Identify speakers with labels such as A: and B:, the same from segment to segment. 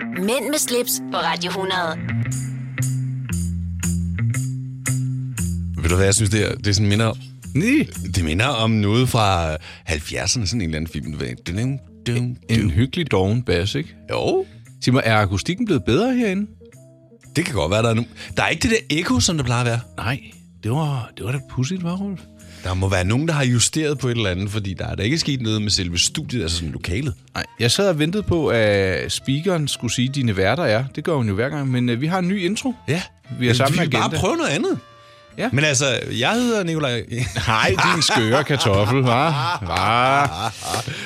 A: Mænd med slips på Radio 100.
B: Ved du hvad, jeg synes, det, er, det sådan minder,
C: Nej.
B: det minder om noget fra 70'erne, sådan en eller anden film. Du ved, dun, dun,
C: En
B: dun.
C: hyggelig doven bas, ikke?
B: Jo,
C: Sig mig, er akustikken blevet bedre herinde?
B: det kan godt være, der er nu. Der er ikke det der ekko, som der plejer at være.
C: Nej, det var, det var da pudsigt, var Rolf?
B: Der må være nogen, der har justeret på et eller andet, fordi der er da ikke sket noget med selve studiet, altså sådan lokalet.
C: Nej, jeg sad og ventede på, at speakeren skulle sige, dine værter er. Det gør hun jo hver gang, men øh, vi har en ny intro.
B: Ja,
C: Vi har samme
B: vi vil bare
C: agenda.
B: prøve noget andet.
C: Ja.
B: Men altså, jeg hedder Nikolaj.
C: Nej, din skøre kartoffel, hva? hva?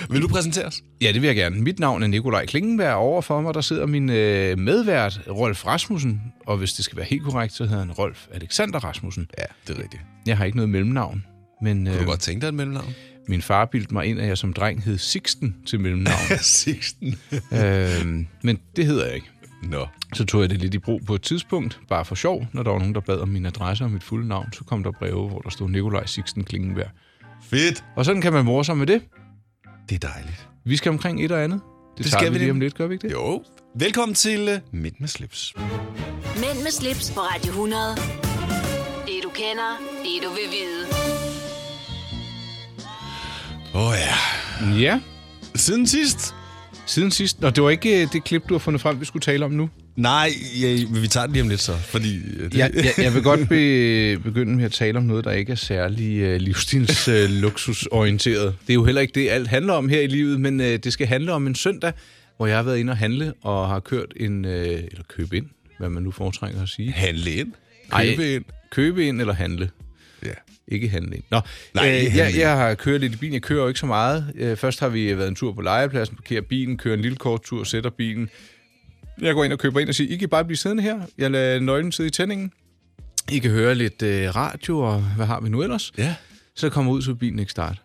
B: vil du præsentere os?
C: Ja, det vil jeg gerne. Mit navn er Nikolaj Klingenberg. Over for mig, der sidder min øh, medvært, Rolf Rasmussen. Og hvis det skal være helt korrekt, så hedder han Rolf Alexander Rasmussen.
B: Ja, det er rigtigt.
C: Jeg har ikke noget mellemnavn, men
B: Kunne
C: øh,
B: du godt tænke dig et mellemnavn?
C: min far bildte mig ind, at jeg som dreng hed Sixten til mellemnavn.
B: Sixten.
C: øh, men det hedder jeg ikke.
B: Nå.
C: Så tog jeg det lidt i brug på et tidspunkt, bare for sjov. Når der var nogen, der bad om min adresse og mit fulde navn, så kom der breve, hvor der stod Nikolaj Sixten Klingenberg.
B: Fedt.
C: Og sådan kan man morse sig med det.
B: Det er dejligt.
C: Vi skal omkring et og andet. Det, det
B: Det
C: tager
B: skal
C: vi
B: vi
C: lige om
B: nemlig.
C: lidt, gør vi ikke det?
B: Jo. Velkommen til uh, Midt med slips.
A: Mænd med slips på Radio 100. Det du kender, det du vil vide.
B: Åh oh, ja.
C: Ja.
B: Siden sidst?
C: Siden sidst, og det var ikke øh, det klip, du har fundet frem, vi skulle tale om nu.
B: Nej, ja, vi tager det lige om lidt så, fordi... øh, Det,
C: Jeg, jeg, jeg vil godt be, begynde med at tale om noget, der ikke er særlig øh, livsstils øh, luksusorienteret. Det er jo heller ikke det, alt handler om her i livet, men øh, det skal handle om en søndag, hvor jeg har været inde og handle og har kørt en, øh, eller købe ind, hvad man nu foretrækker at sige.
B: Handle ind.
C: Ej,
B: Købe ind.
C: Købe ind eller handle.
B: Ja.
C: Ikke handle ind. Nå,
B: Nej,
C: Nej,
B: ikke
C: øh, jeg,
B: handle ind.
C: jeg har kørt lidt i bilen. Jeg kører jo ikke så meget. Øh, først har vi været en tur på legepladsen, parkerer bilen, kører en lille kort tur, sætter bilen. Jeg går ind og køber ind og siger, I kan bare blive siddende her. Jeg lader nøglen sidde i tændingen. I kan høre lidt øh, radio, og hvad har vi nu ellers?
B: Ja.
C: Så kommer jeg ud, så vil bilen ikke starte.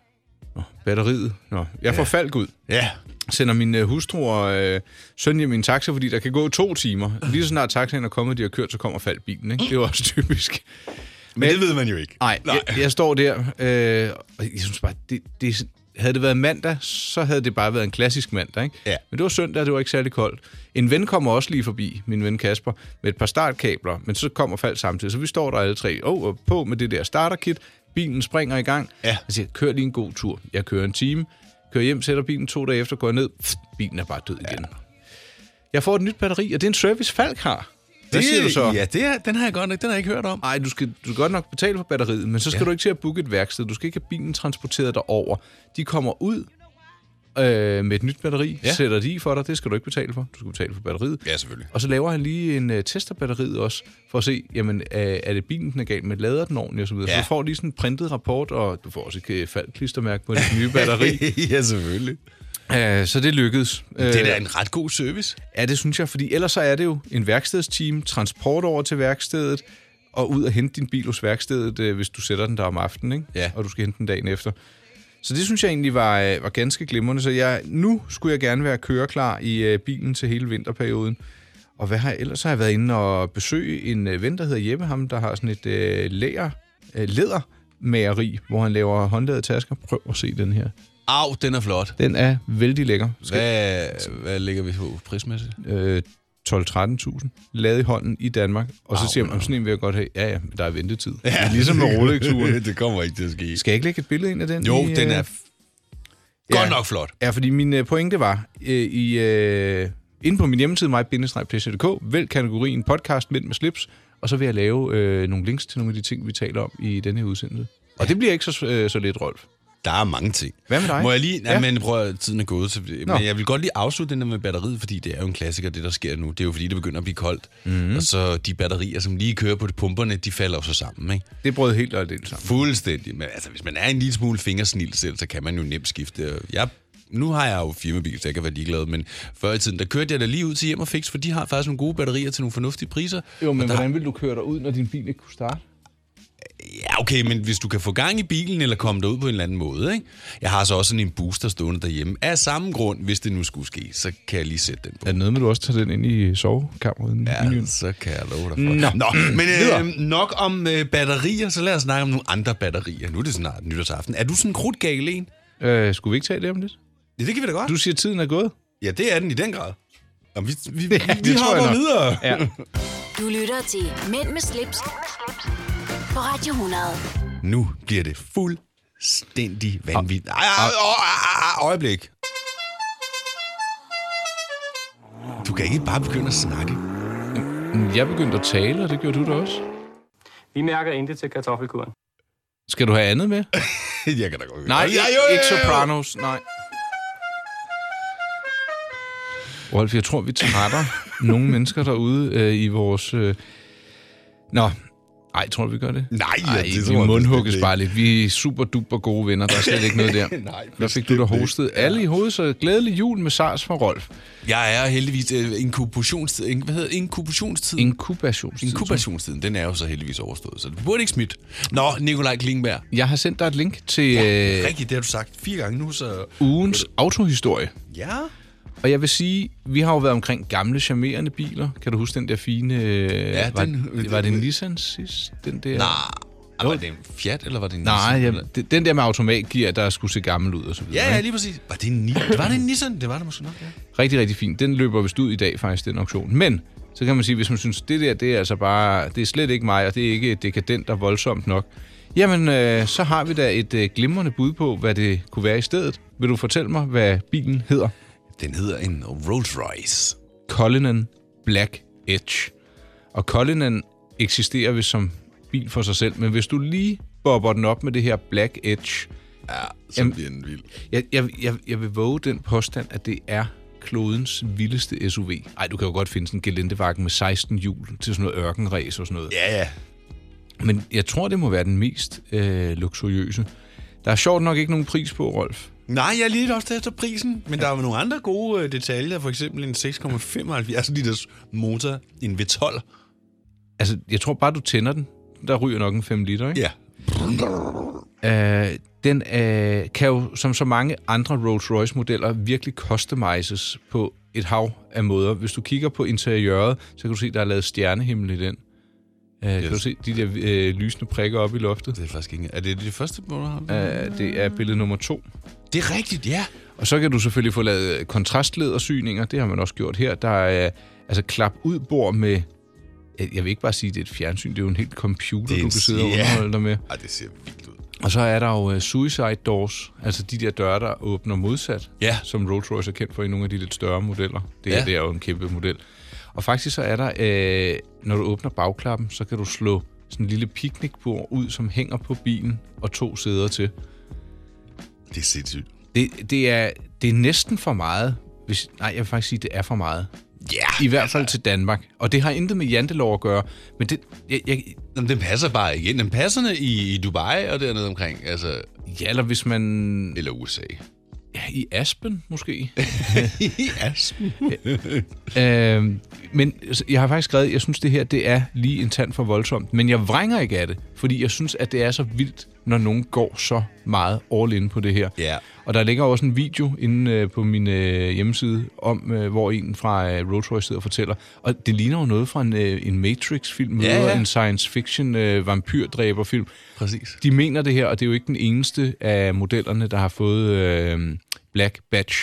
C: Nå, batteriet. Nå, jeg får falk ud
B: Ja.
C: sender min øh, hustru og øh, søn hjem i en taxa, fordi der kan gå to timer. Lige så snart taxaen er kommet, de har kørt, så kommer faldt bilen. Ikke? Det er jo også typisk.
B: Men det ved man jo ikke.
C: Nej, jeg, jeg står der, øh, og jeg synes bare, det, det, er sådan- havde det været mandag, så havde det bare været en klassisk mandag. Ikke?
B: Ja.
C: Men det var søndag, det var ikke særlig koldt. En ven kommer også lige forbi, min ven Kasper, med et par startkabler, men så kommer fald samtidig. Så vi står der alle tre, oh, og på med det der starterkit, bilen springer i gang.
B: Ja.
C: Jeg siger, kør lige en god tur. Jeg kører en time, kører hjem, sætter bilen to dage efter, går jeg ned, pft, bilen er bare død igen. Jeg får et nyt batteri, og det er en service, Falk har. Hvad
B: det,
C: siger du så?
B: Ja, det er, den har jeg godt nok, den har jeg ikke hørt om.
C: Ej, du skal, du skal godt nok betale for batteriet, men så skal ja. du ikke til at booke et værksted. Du skal ikke have bilen transporteret derover. De kommer ud øh, med et nyt batteri, ja.
B: Ja.
C: sætter de i for dig. Det skal du ikke betale for. Du skal betale for batteriet.
B: Ja, selvfølgelig.
C: Og så laver han lige en øh, test af batteriet også, for at se, jamen, er, er det bilen, den er galt med? Lader den ordentligt osv.? Ja. Så
B: Ja.
C: du får lige sådan en printet rapport, og du får også et øh, faldklistermærke på dit nye batteri.
B: ja, selvfølgelig.
C: Æh, så det lykkedes.
B: Det er
C: Øh,
B: da en ret god service.
C: Ja, det synes jeg, fordi ellers så er det jo en værkstedsteam, transport over til værkstedet, og ud og hente din bil hos værkstedet, øh, hvis du sætter den der om aftenen, ikke?
B: Ja.
C: og du skal hente den dagen efter. Så det synes jeg egentlig var, øh, var ganske glimrende, så jeg, nu skulle jeg gerne være køreklar i øh, bilen til hele vinterperioden. Og hvad har jeg ellers? Så har jeg været inde og besøge en øh, ven, der hedder Jeppe, ham, der har sådan et øh, læger, øh, lædermageri, hvor han laver håndlavede tasker. Prøv at se den her.
B: Au, den er flot.
C: Den er vældig lækker.
B: Hvad, hvad ligger vi på prismæssigt?
C: øh, 12-13.000 lavet i hånden i Danmark. Og så
B: Au,
C: siger man, om sådan en vil jeg godt have. Ja, ja, men der er ventetid. Ja. Ligesom med Rolex-uren.
B: det kommer ikke til at ske.
C: Skal jeg ikke lægge et billede ind af den?
B: Jo,
C: i,
B: den
C: øh,
B: er f- godt nok flot.
C: Ja, fordi min øh, pointe var, øh, i, øh, inde på min hjemmeside, mig-plæs.dk, vælg kategorien podcast Mænd med slips, og så vil jeg lave øh, nogle links til nogle af de ting, vi taler om i denne her udsendelse. Og det bliver ikke så, øh, så lidt, Rolf.
B: Der er mange ting.
C: Hvad med dig?
B: Må jeg lige... Nej,
C: Ja.
B: ja. men prøv at tiden er gået. Så,
C: Nå.
B: men jeg vil godt lige afslutte den der med batteriet, fordi det er jo en klassiker, det der sker nu. Det er jo fordi, det begynder at blive koldt.
C: Mhm.
B: Mm-hmm. Og så de batterier, som lige kører på pumperne, de falder jo så sammen, ikke?
C: Det brød helt og aldeles sammen.
B: Fuldstændig. Men altså, hvis man er en lille smule fingersnil selv, så kan man jo nemt skifte. Og Jeg, nu har jeg jo firmabil, så jeg kan være ligeglad, men før i tiden, der kørte jeg da lige ud til hjem og fix, for de har faktisk nogle gode batterier til nogle fornuftige priser.
C: Jo, men
B: Og der,
C: hvordan vil du køre dig ud, når din bil ikke kunne starte?
B: Ja, okay, men hvis du kan få gang i bilen eller komme derud på en eller anden måde, ikke? Jeg har så også sådan en booster stående derhjemme. Af samme grund, hvis det nu skulle ske, så kan jeg lige sætte den på.
C: Er det noget med, at du også tager den ind i sovekammeret?
B: Ja, så kan jeg love dig for.
C: Nå.
B: Nå, Nå
C: Videre.
B: men øh, nok om øh, batterier, så lad os snakke om nogle andre batterier. Nu er det snart nytårsaften. Er du sådan en krudtgal en?
C: Øh, skulle vi ikke tale det om lidt?
B: Ja, det kan vi da godt.
C: Du siger, at tiden er gået.
B: Ja, det er den i den grad. Nå, vi, vi, vi,
C: det
B: vi
C: tror jeg
B: hopper
C: nok.
B: videre.
C: Ja.
A: Du lytter til Mænd med slips, på Radio 100.
B: Nu bliver det fuldstændig
C: Ah.
B: vanvittigt. Ej, ej, ej, ej, øjeblik. Du kan ikke bare begynde at snakke.
C: Jeg begyndte at tale, og det gjorde du da også.
D: Vi mærker intet til kartoffelkuren.
C: Skal du have andet med?
B: Jeg kan da godt høre.
C: Nej,
B: Ja, jo,
C: ikke,
B: jo, jo.
C: ikke Sopranos, nej. Rolf, jeg tror, vi trætter nogle mennesker derude øh, i vores... Øh... Nå, ej, tror du, vi gør det?
B: Nej, ja,
C: Ej,
B: det tror
C: vi
B: jeg
C: mundhugges
B: bestemt
C: bare lidt. Vi er super duper gode venner. Der er slet ikke noget der.
B: Nej,
C: Hvad fik du der
B: bestemt
C: hostet? Alle i hovedet, så glædelig jul med SARS for Rolf.
B: Jeg er heldigvis øh, inkubationstid. In, hvad hedder det? inkubationstid?
C: Inkubationstid.
B: Inkubationstiden, den er jo så heldigvis overstået, så det burde ikke smidt. Nå, Nikolaj Klingberg.
C: Jeg har sendt dig et link til øh,
B: Rigtigt, det har du sagt fire gange nu, så...
C: ugens autohistorie.
B: Ja.
C: Og jeg vil sige, vi har jo været omkring gamle, charmerende biler. Kan du huske den der fine... Øh,
B: Ja,
C: var,
B: den-
C: var det en Nissan sidst? Den der...
B: Nej, var det en Fiat, eller var det en
C: Nej,
B: Nissan?
C: jamen, de- den der med automatgear, der skulle se gammel ud og så videre.
B: Ja, ja,
C: ikke?
B: lige præcis. Var det en, ni- var det en Nissan? Det var det måske nok, ja.
C: Rigtig, rigtig fint. Den løber vist ud i dag faktisk, den auktion. Men så kan man sige, hvis man synes, det der, det er altså bare, det er slet ikke mig, og det er ikke dekadent og voldsomt nok. Jamen, øh, så har vi da et øh, glimrende bud på, hvad det kunne være i stedet. Vil du fortælle mig, hvad bilen hedder?
B: Den hedder en Rolls Royce.
C: Cullinan Black Edge. Og Cullinan eksisterer vist som bil for sig selv, men hvis du lige bobber den op med det her Black Edge,
B: Ja, så
C: Jamen-
B: bliver den vild.
C: jeg, jeg, jeg, jeg vil våge den påstand, at det er klodens vildeste SUV. Ej, du kan jo godt finde sådan en gelentevagen med 16 hjul til sådan noget ørkenræs og sådan noget.
B: Ja, ja.
C: Men jeg tror, det må være den mest øh, luksuriøse. Der er sjovt nok ikke nogen pris på, Rolf.
B: Nej, jeg er lidt også efter prisen, men der er jo nogle andre gode øh, detaljer, for eksempel en 6,75 liters altså motor, en V12.
C: Altså, jeg tror bare, du tænder den. Der ryger nok en 5 liter, ikke?
B: Ja.
C: Øh, den øh, kan jo, som så mange andre Rolls-Royce-modeller, virkelig customizes på et hav af måder. Hvis du kigger på interiøret, så kan du se, der er lavet stjernehimmel i den. Øh, Kan
B: Yes.
C: du se de der øh, lysende prikker oppe i loftet?
B: Det er faktisk ikke... Er det det første, du har?
C: Øh, det er billede nummer to.
B: Det er rigtigt, ja.
C: Og så kan du selvfølgelig få lavet øh, kontrastledersyninger. Det har man også gjort her. Der er øh, altså klap ud bord med... øh, Jeg vil ikke bare sige, at det er et fjernsyn. Det er jo en helt computer,
B: Det er
C: du
B: en-
C: kan sidde og
B: ja.
C: underholde dig med.
B: Ej, det ser vildt ud.
C: Og så er der jo uh, suicide doors, altså de der døre, der åbner modsat,
B: Ja.
C: som Rolls Royce er kendt for i nogle af de lidt større modeller. Det, her,
B: Ja.
C: det er jo en kæmpe model. Og faktisk så er der, øh, når du åbner bagklappen, så kan du slå sådan en lille picnicbord ud, som hænger på bilen og to sæder til.
B: Det er sindssygt.
C: Det, det, er, det er næsten for meget. Hvis, nej, jeg vil faktisk sige, det er for meget.
B: Ja.
C: I hvert fald til Danmark. Og det har intet med jantelov at gøre, men det, jeg, jeg,
B: Jamen, den passer bare ikke ind. Den passer i, i Dubai og dernede omkring, altså...
C: ja, eller hvis man...
B: Eller USA.
C: Ja, I Aspen måske?
B: yes.
C: Øhm, men jeg har faktisk skrevet, jeg synes, det her det er lige en tand for voldsomt. Men jeg vrænger ikke af det, fordi jeg synes, at det er så vildt, når nogen går så meget all in på det her.
B: Ja.
C: Og der ligger også en video inde øh, på min øh, hjemmeside, om øh, hvor en fra øh, Rolls Royce sidder og fortæller. Og det ligner jo noget fra en, øh, en Matrix-film,
B: Ja,
C: ja, ja.
B: ja.
C: en science fiction øh, vampyrdræberfilm.
B: Præcis.
C: De mener det her, og det er jo ikke den eneste af modellerne, der har fået øh, Black Badge.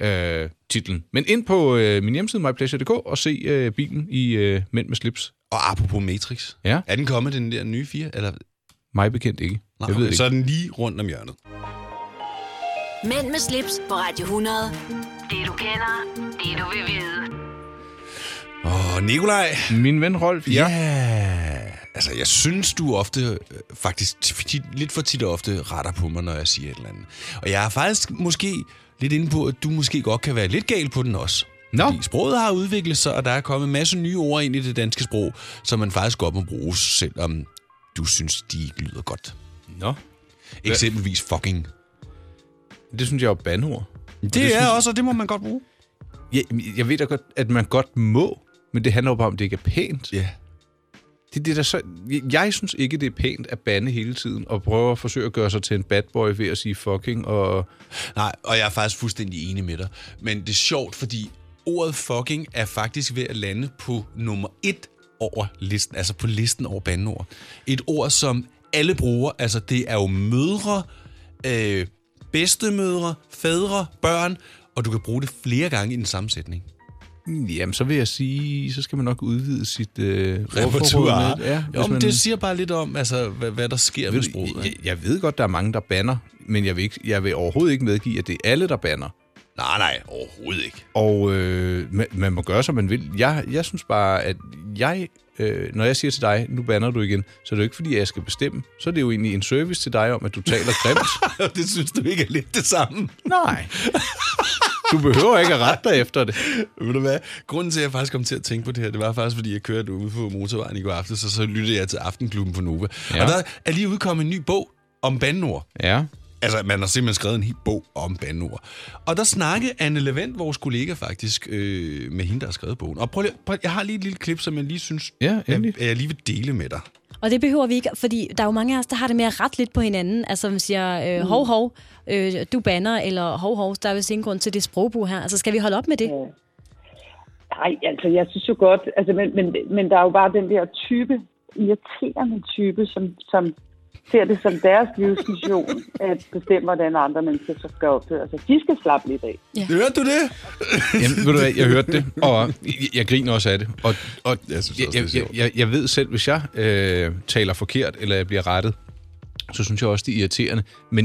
C: Øh, titlen. Men ind på øh, min hjemmeside, mypleasure.dk, og se øh, bilen i øh, Mænd med slips.
B: Og apropos Matrix.
C: Ja.
B: Er den kommet, den der nye fire? Eller, nej,
C: Mig bekendt ikke. Nej, jeg ved
B: okay,
C: det ikke.
B: Så er den lige rundt om hjørnet.
A: Mænd med slips på Radio 100. Det du kender, det du vil vide.
B: Åh, Nikolaj.
C: Min ven Rolf, ja.
B: Ja. Altså, jeg synes, du ofte, øh, faktisk t- tit, lidt for tit og ofte, retter på mig, når jeg siger et eller andet. Og jeg er faktisk måske lidt inde på, at du måske godt kan være lidt gal på den også.
C: Nå.
B: Fordi sproget har udviklet sig, og der er kommet en masse nye ord ind i det danske sprog, som man faktisk godt må bruge, selvom du synes, de ikke lyder godt.
C: Nå.
B: Eksempelvis fucking.
C: Det synes jeg er bandord.
B: Det,
C: er
B: er også, og det må man godt bruge.
C: Jeg, jeg ved da godt, at man godt må, men det handler jo bare om, at det ikke er pænt.
B: Ja.
C: Det, er det der så, jeg, jeg synes ikke, det er pænt at bande hele tiden, og prøve at forsøge at gøre sig til en bad boy ved at sige fucking, og
B: Nej, og jeg er faktisk fuldstændig enig med dig. Men det er sjovt, fordi ordet fucking er faktisk ved at lande på nummer et over listen, altså på listen over bandeord. Et ord, som alle bruger, altså det er jo mødre, øh, bedstemødre, fædre, børn, og du kan bruge det flere gange i den samme sætning.
C: Jamen, så vil jeg sige, så skal man nok udvide sit øh, ordforråd
B: Repertoire.
C: lidt. Ja,
B: jo, men det siger bare lidt om, altså, hvad, hvad der sker ved sproget.
C: jeg,
B: ikke?
C: jeg, jeg ved godt, der er mange, der banner, men jeg vil, ikke, jeg vil overhovedet ikke medgive, at det er alle, der banner.
B: Nej, nej, overhovedet ikke.
C: Og øh, man, man må gøre, som man vil. Jeg, jeg synes bare, at jeg, øh, når jeg siger til dig, nu banner du igen, så er det jo ikke, fordi jeg skal bestemme. Så er det jo egentlig en service til dig om, at du taler grimt.
B: det synes du ikke er lidt det samme.
C: Nej. Du behøver ikke at rette dig efter det.
B: Ved du hvad? Grunden til, at jeg faktisk kom til at tænke på det her, det var faktisk, fordi jeg kørte ude på motorvejen i går aftes, og så lyttede jeg til Aftenklubben på Nova. Ja.
C: Ja.
B: Og der er lige udkommet en ny bog om bandord.
C: Ja.
B: Altså, man har simpelthen skrevet en hel bog om bandord. Og der snakkede Anne Levent, vores kollega faktisk, øh, med hende, der har skrevet bogen. Og prøv lige, prøv, jeg har lige et lille klip, som jeg lige synes,
C: Ja, endelig.
B: jeg, jeg lige vil dele med dig.
E: Og det behøver vi ikke, fordi der er jo mange af os, der har det med at rette lidt på hinanden. Altså, man siger, øh, hov, hov, øh, du banner, eller hov, hov, der er vist ingen grund til det sprogbrug her. Altså, skal vi holde op med det?
F: Nej, altså jeg synes jo godt, altså, men, men, men der er jo bare den der type, irriterende type, som, som ser det som deres livsmission, at bestemme, hvordan andre mennesker så skal opføre sig. De skal slappe lidt af.
B: Hørte du det?
C: Jamen, ved du hvad, jeg hørte det, og jeg, jeg griner også af det. Og, og
B: Jeg synes også, det er
C: jeg, jeg,
B: sjovt.
C: jeg, jeg ved selv, hvis jeg øh, taler forkert, eller jeg bliver rettet, så synes jeg også, det er irriterende. Men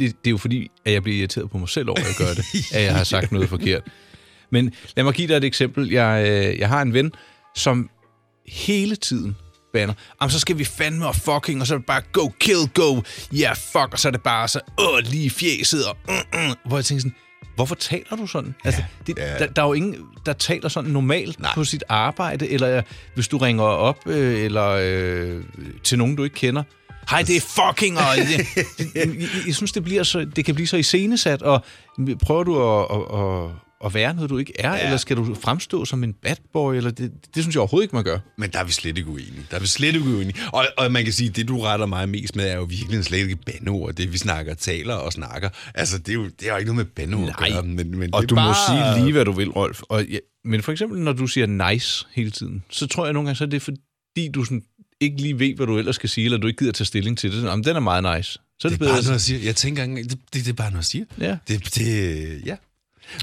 C: det, det er jo fordi, at jeg bliver irriteret på mig selv over, at jeg gør det, at jeg har sagt noget forkert. Men lad mig give dig et eksempel. Jeg, øh, jeg har en ven, som hele tiden banner. Jamen, så skal vi fandme og fucking, og så er det bare go, kill, go, yeah, fuck, og så er det bare så, åh, lige i fjeset, og mm, mm, hvor jeg tænker sådan, hvorfor taler du sådan? Altså, det,
B: ja.
C: Der, der er jo ingen, der taler sådan normalt
B: Nej.
C: Nej. på sit arbejde, eller hvis du ringer op, øh, eller øh, til nogen, du ikke kender. Hej, det er fucking, og jeg, jeg, jeg, jeg synes, det, bliver så, det kan blive så iscenesat, og prøver du at, at, at, at være noget, du ikke er, ja. eller skal du fremstå som en bad boy, eller det, det synes jeg overhovedet ikke, man gør.
B: Men der er vi slet ikke uenige. Der er vi slet ikke uenige. Og, og man kan sige, at det, du retter mig mest med, er jo virkelig slet ikke bandeord. Det, vi snakker, taler og snakker. Altså, det er jo, det er jo ikke noget med bandeord at
C: Nej.
B: gøre. Men, men
C: Og
B: det er
C: du bare... må
B: bare-
C: sige lige, hvad du vil, Rolf. Og ja, men for eksempel, når du siger nice hele tiden, så tror jeg nogle gange, så er det fordi, du sådan ikke lige ved, hvad du ellers skal sige, eller du ikke gider tage stilling til det. Sådan, Jamen, den er meget nice. Så er
B: Det
C: det,
B: er bare
C: bedre.
B: noget, jeg siger. Jeg tænker ikke engang- det, det, det er bare noget, jeg siger.
C: Ja.
B: Det, det, ja.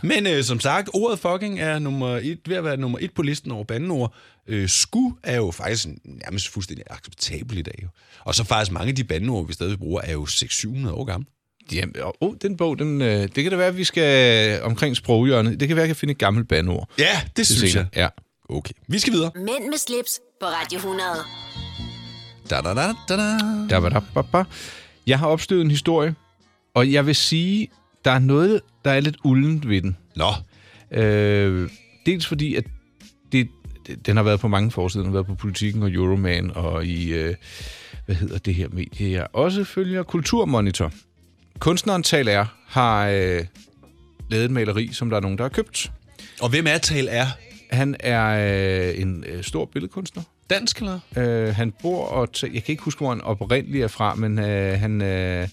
B: Men øh, som sagt, ordet fucking er nummer et, ved at være nummer et på listen over bandeord. Øh, sku er jo faktisk nærmest fuldstændig acceptabel i dag. Jo. Og så faktisk mange af de bandeord, vi stadig bruger, er jo 600-700 år gamle.
C: Jamen, og, oh, den bog, den, øh, det kan da være, at vi skal omkring sproghjørnet. Det kan være, at jeg kan finde et gammelt bandord.
B: Ja, det, det
C: til
B: synes jeg.
C: senere. Ja.
B: Okay, vi skal videre.
A: Mænd med slips på Radio 100.
B: Da, da, da, da, da.
C: Da, ba, da, ba, ba. Jeg har opstøvet en historie, og jeg vil sige, der er noget, der er lidt uldent ved den.
B: Nå,
C: Øh, dels fordi, at det, det- den har været på mange forsider. Den har været på Politiken og Euroman og i, øh, hvad hedder det her medie, jeg også følger, Kulturmonitor. Kunstneren Tal R har øh, lavet et maleri, som der er nogen, der har købt.
B: og hvem er tal er?
C: Han er øh, en øh, stor billedkunstner.
B: Dansk eller?
C: Øh, han bor og tæ- jeg kan ikke huske, hvor han oprindeligt er fra, men øh, han... Øh,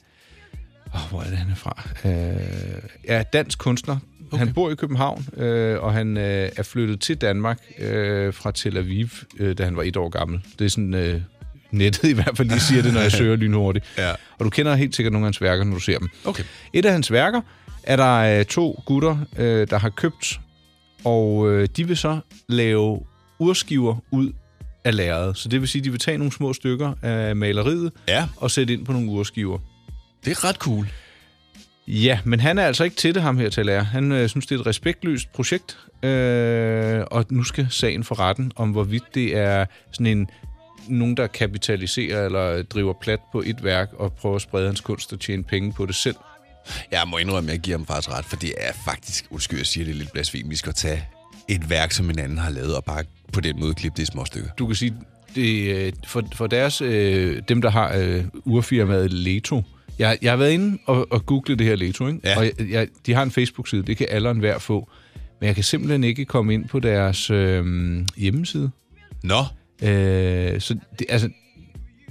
C: oh, hvor er det, han er fra? Øh, er dansk kunstner. Okay. Han bor i København, øh, og han øh, er flyttet til Danmark øh, fra Tel Aviv, øh, da han var et år gammel. Det er sådan... Øh, nettet i hvert fald lige siger det, når jeg søger lynhurtigt.
B: Ja.
C: Og du kender helt sikkert nogle af hans værker, når du ser dem.
B: Okay.
C: Et af hans værker er der øh, to gutter, øh, der har købt, og øh, de vil så lave urskiver ud af lærredet. Så det vil sige, at de vil tage nogle små stykker af maleriet
B: Ja,
C: og sætte ind på nogle urskiver.
B: det er ret cool.
C: Ja, men han er altså ikke til det, ham her til lærer. Han øh, synes, det er et respektløst projekt, øh, og nu skal sagen for retten om, hvorvidt det er sådan en nogen, der kapitaliserer eller driver plat på et værk og prøver at sprede hans kunst og tjene penge på det selv.
B: Jeg må indrømme, at jeg giver ham faktisk ret, for det er faktisk, undskyld, jeg siger det er lidt blasfemisk at tage et værk, som en anden har lavet, og bare på den måde klippe det i små stykker.
C: du kan sige, det, øh, for, for deres, øh, dem der har øh, urfirmaet Leto, jeg, jeg har været inde og, og google det her Leto, ikke?
B: Ja.
C: og jeg, jeg, de har en Facebook-side, det kan alle og enhver få, men jeg kan simpelthen ikke komme ind på deres øh, hjemmeside.
B: Nå,
C: Øh, så, det, altså,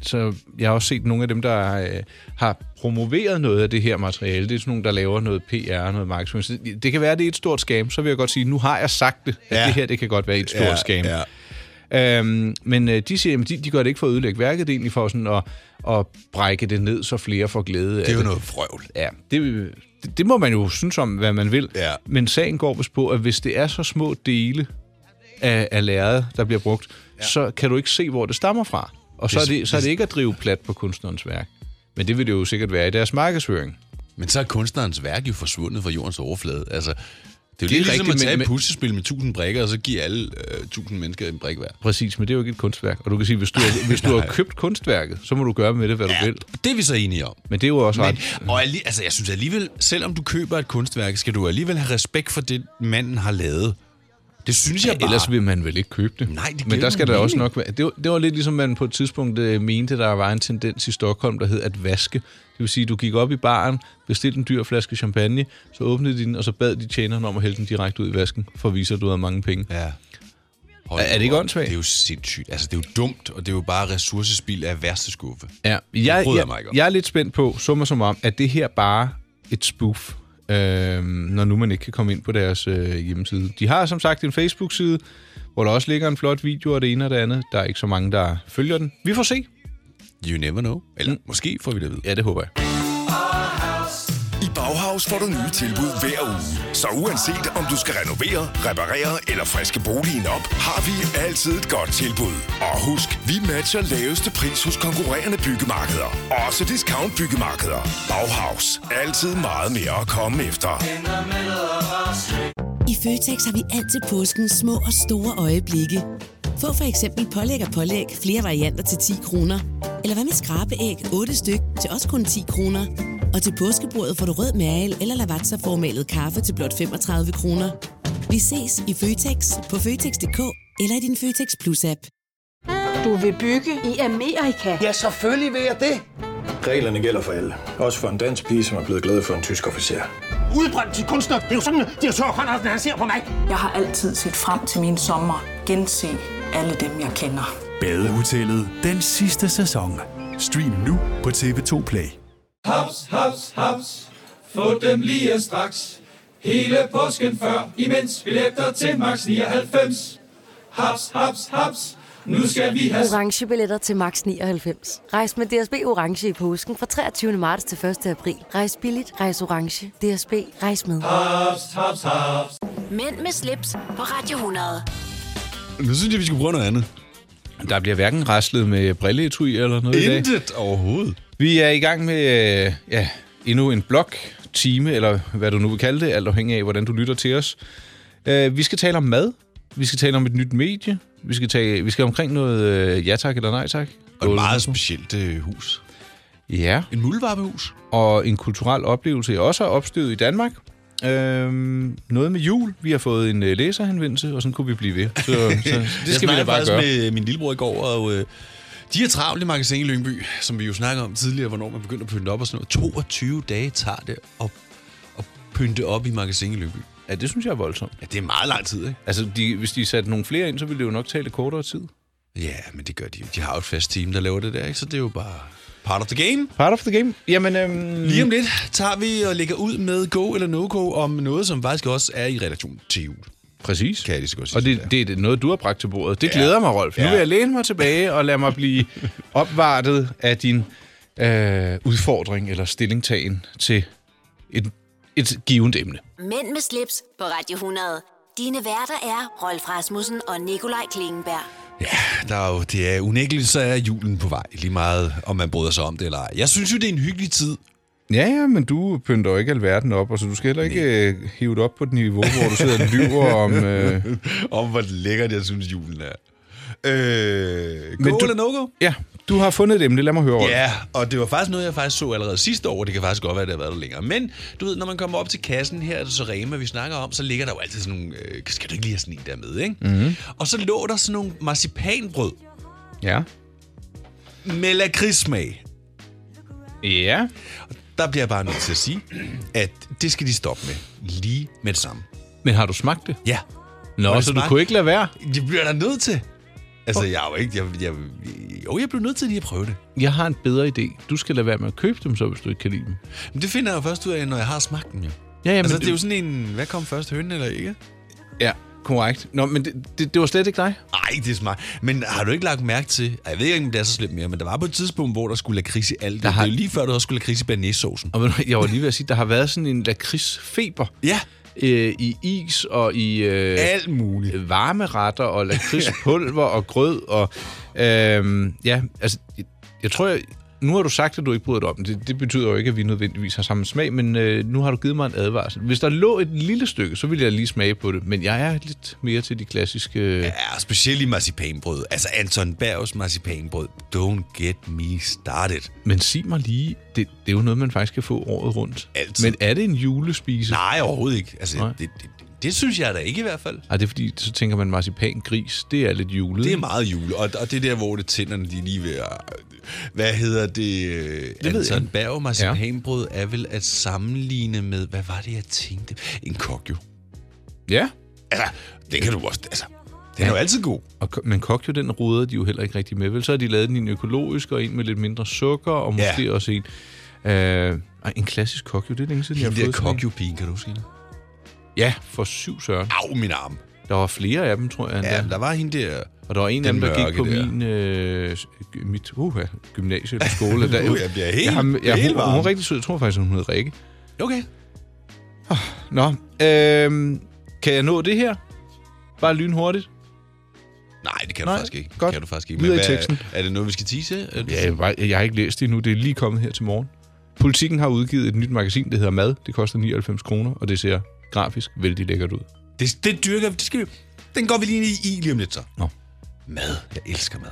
C: så jeg har også set nogle af dem, der øh, har promoveret noget af det her materiale. Det er sådan nogle, der laver noget PR, noget marketing. Så det, det kan være, det er et stort scam, så vil jeg godt sige, nu har jeg sagt det, at
B: Ja.
C: ja. det her det kan godt være et stort
B: Ja,
C: scam.
B: ja.
C: Øhm, men øh, de siger, at de, de gør det ikke for at ødelægge værket, det er egentlig for sådan at, at brække det ned, så flere får glæde af
B: det er jo noget frøvl.
C: Ja, det, det, det må man jo synes om, hvad man vil.
B: Ja.
C: Men sagen går vist på, at hvis det er så små dele af, af lærredet, der bliver brugt, ja. så kan du ikke se, hvor det stammer fra. Og så er,
B: Hvis-
C: det, så er det ikke at drive plat på kunstnerens værk. Men det vil det jo sikkert være i deres markedsføring.
B: Men så er kunstnerens værk jo forsvundet fra jordens overflade. Altså, det er jo
C: Det er
B: lidt ligesom
C: rigtigt,
B: at tage
C: men-
B: et puslespil med 1000 brikker, og så give alle øh, 1000 mennesker en brik hver.
C: Præcis, men det er jo ikke et kunstværk. Og du kan sige, hvis du, har- hvis du har købt kunstværket, så må du gøre med det, hvad du vil.
B: Det er vi så enige om.
C: Men det er jo også
B: Men,
C: ret...
B: og alli- altså, jeg synes alligevel, selvom du køber et kunstværk, skal du alligevel have respekt for det, manden har lavet. Det synes jeg bare.
C: Ellers vil man vel ikke købe det.
B: Nej, det giver
C: Men der
B: ingen
C: skal der også
B: mening.
C: nok være... Det var, det var lidt ligesom, man på et tidspunkt øh, mente, der var en tendens i Stockholm, der hed at vaske. Det vil sige, du gik op i baren, bestilte en dyr flaske champagne, så åbnede de den, og så bad de tjeneren om at hælde den direkte ud i vasken, for at vise, at du havde mange penge.
B: Ja. Hold
C: Er- er det
B: nu
C: ikke
B: op.
C: åndssvagt?
B: Det er jo sindssygt. Altså, det er jo dumt, og det er jo bare ressourcespil af værste skuffe.
C: Ja, jeg,
B: bryder
C: jeg,
B: jeg mig ikke om.
C: jeg er lidt spændt på, summa som om, at det her bare et spoof, øh, når nu man ikke kan komme ind på deres øh, hjemmeside. De har som sagt en Facebook-side, hvor der også ligger en flot video og det ene og det andet. Der er ikke så mange, der følger den. Vi får se.
B: You never know. Eller mm. måske får vi det at vide.
C: Ja, det håber jeg.
G: I Bauhaus får du nye tilbud hver uge. Så uanset om du skal renovere, reparere eller friske boligen op, har vi altid et godt tilbud. Og husk, vi matcher laveste pris hos konkurrerende byggemarkeder. Også discount byggemarkeder. Bauhaus. Altid meget mere at komme efter.
H: I Føtex har vi alt til påsken små og store øjeblikke. Få for eksempel pålæg og pålæg flere varianter til 10 kroner. Eller hvad med skrabeæg 8 styk til også kun 10 kroner. Og til påskebordet får du rød mal eller lavatserformalet kaffe til blot 35 kroner. Vi ses i Føtex på Føtex.dk eller i din Føtex Plus-app.
I: Du vil bygge i Amerika?
J: Ja, selvfølgelig vil jeg det.
K: Reglerne gælder for alle. Også for en dansk pige, som er blevet glad for en tysk officer.
J: Udbrændt til kunstner. Det er jo sådan, at de har tørt, han ser på mig.
I: Jeg har altid set frem til min sommer. Gense alle dem, jeg kender.
G: Badehotellet. Den sidste sæson. Stream nu på TV2 Play.
K: Haps, haps, haps. Få dem lige straks. Hele påsken før, imens billetter til max 99. Haps, haps, haps. Nu skal vi have
H: Orange billetter til max 99. Rejs med DSB Orange i påsken fra 23. marts til 1. april. Rejs billigt, rejs orange. DSB, rejs med.
K: haps, haps, haps.
A: Mænd med slips på Radio 100.
B: Nu synes jeg, vi skal prøve noget andet.
C: Der bliver hverken raslet med brilleetui eller noget i dag.
B: Intet overhovedet.
C: Vi er i gang med øh, ja, endnu en blog, time, eller hvad du nu vil kalde det, alt afhængig af, hvordan du lytter til os. Øh, vi skal tale om mad. Vi skal tale om et nyt medie. Vi skal, tale, vi skal omkring noget øh, ja tak eller nej tak.
B: Og et meget specielt øh, hus.
C: Ja,
B: En muldvarpehus.
C: og en kulturel oplevelse, jeg også har opstøvet i Danmark. Øhm, noget med jul. Vi har fået en øh, læserhenvendelse, og sådan kunne vi blive ved. Så, så det skal vi da
B: snakkede
C: bare
B: faktisk
C: gøre.
B: med øh, min lillebror i går, og øh, de er travlt i magasin i Lyngby, som vi jo snakkede om tidligere, hvornår man begynder at pynte op og sådan noget. 22 dage tager det at, at pynte op i magasin i Lyngby.
C: Ja, det synes jeg er voldsomt.
B: Ja, det er meget lang tid, ikke?
C: Altså, de, hvis de satte nogle flere ind, så ville det jo nok tage lidt kortere tid.
B: Ja, men det gør de jo. De har jo et fast team, der laver det der, ikke? Så det er jo bare part of the game.
C: Part of the game. Jamen, øhm,
B: Lige om lidt tager vi og lægger ud med go eller no-go om noget, som faktisk også er i relation til jul.
C: præcis.
B: Kan jeg lige så godt sige.
C: Og
B: som
C: det, det er noget, du har bragt til bordet. Det glæder mig, Rolf. Ja. Nu
B: Ja.
C: vil jeg læne mig tilbage og lade mig blive opvartet af din øh, udfordring eller stillingtagen til et, et givet emne.
A: Mænd med slips på Radio 100. Dine værter er Rolf Rasmussen og Nikolaj Klingenberg.
B: Ja, der er jo, det er unægteligt, så er julen på vej. Lige meget, om man bryder sig om det eller ej. Jeg synes jo, det er en hyggelig tid.
C: Ja, ja, men du pynter jo ikke alverden op, og så du skal heller ikke øh, hive det op på et niveau, hvor du sidder og lyver om... Øh,
B: om, hvor lækkert jeg synes, julen er. Øh, go
C: Men
B: Men
C: du-
B: du... eller no-go?
C: ja, du har fundet et emne, lad mig høre Rolf.
B: Ja, og det var faktisk noget, jeg faktisk så allerede sidste år. Det kan faktisk godt være, at det har været der længere. Men du ved, når man kommer op til kassen her, er det så Rema, vi snakker om, så ligger der jo altid sådan nogle... Øh, skal du ikke lige have sådan en der med, ikke? Mm-hmm. Og så lå der sådan nogle marcipanbrød
C: Ja.
B: med lakridssmag.
C: Ja.
B: Der bliver jeg bare nødt til at sige, at det skal de stoppe med lige med det samme.
C: Men har du smagt det?
B: Ja, Har
C: Nå,
B: jeg
C: så du
B: smagt-
C: kunne ikke lade være?
B: det bliver jeg da nødt til. Altså, jeg er jo ikke... Jeg, jeg, jo, jeg blev nødt til lige at prøve det.
C: Jeg har en bedre idé. Du skal lade være med at købe dem så, hvis du ikke kan lide dem.
B: Men det finder jeg jo først ud af, når jeg har smagt den, jo.
C: Ja, ja,
B: Jamen, altså,
C: men
B: det er jo sådan en, hvad kom først, hønen eller ikke?
C: Ja. Korrekt. Nå, men det, det, det var slet ikke dig?
B: Nej, det er smart. Men har du ikke lagt mærke til, jeg ved ikke, om det er så slemt mere, men der var på et tidspunkt, hvor der skulle lakrids i alt. Det, har... det er jo lige før, du også skulle lakrids i banæssaucen.
C: Og ved du hvad, jeg var lige ved at sige, der har været sådan en lakridsfeber.
B: Ja.
C: Øh, I is og i... Øh,
B: Alt muligt.
C: Varmeretter og lakridspulver og grød og... Øh, ja, altså, jeg, jeg tror, jeg, nu har du sagt, at du ikke bryder dig om det. Det betyder jo ikke, at vi nødvendigvis har samme smag, men øh, nu har du givet mig en advarsel. Hvis der lå et lille stykke, så ville jeg lige smage på det, men jeg er lidt mere til de klassiske... øh,
B: Ja, specielt i marcipanbrød. Altså Anton Bergs marcipanbrød. Don't get me started.
C: Men sig mig lige, det, det er jo noget, man faktisk kan få året rundt.
B: Altid.
C: Men er det en julespise?
B: Nej, overhovedet ikke. Altså,
C: Nej.
B: det, det, det, det synes jeg da ikke i hvert fald.
C: Ej, det er fordi, så tænker man marcipan gris, det er lidt julet.
B: Det er
C: ikke?
B: meget jule, og, og det er der, hvor det tænderne de er lige ved at... Hvad hedder det? øh,
C: jeg
B: Anton
C: ikke.
B: Berg marcipanbrød er vel at sammenligne med... Hvad var det, jeg tænkte? En kok jo.
C: Ja,
B: Altså, det kan du også... Altså, den er jo altid god.
C: og, ko- men kokjo, den ruder de jo heller ikke rigtig med. Vel, så har de lavet den i en økologisk, og en med lidt mindre sukker, og
B: Ja.
C: måske også en... Øh, ej, en klassisk kokjo, det er længe siden, jeg har
B: Hende der
C: fået sådan en.
B: kokjupigen, kan du huske hende?
C: Ja, for syv søren.
B: Au, min arm.
C: Der var flere af dem, tror jeg.
B: Ja,
C: Ja,
B: der var hende der...
C: og der var en af
B: den
C: dem, der
B: mørke
C: gik på
B: der.
C: der. min øh, s- g- mit, uh, ja, gymnasie eller skole. Der,
B: Uh, jeg bliver helt-
C: jeg, har- jeg,
B: helt
C: hun, hun
B: varm.
C: er rigtig sød. Jeg tror faktisk, hun hedder Rikke.
B: Okay.
C: Nå, øh, kan jeg nå det her? Bare lynhurtigt.
B: Nej, det kan du
C: Nej,
B: faktisk ikke.
C: godt.
B: Kan du faktisk ikke.
C: Videre i
B: hvad-
C: teksten.
B: Er det noget, vi skal tise? Er det-
C: Ja, jeg, var- jeg har ikke læst det endnu. Det er lige kommet her til morgen. Politikken har udgivet et nyt magasin, der hedder Mad. Det koster 99 kroner, og det ser grafisk vældig lækkert ud.
B: Det, det dyrker vi. Det skal vi. Den går vi lige ind i, i lige om lidt så.
C: Nå.
B: Mad. Jeg elsker mad.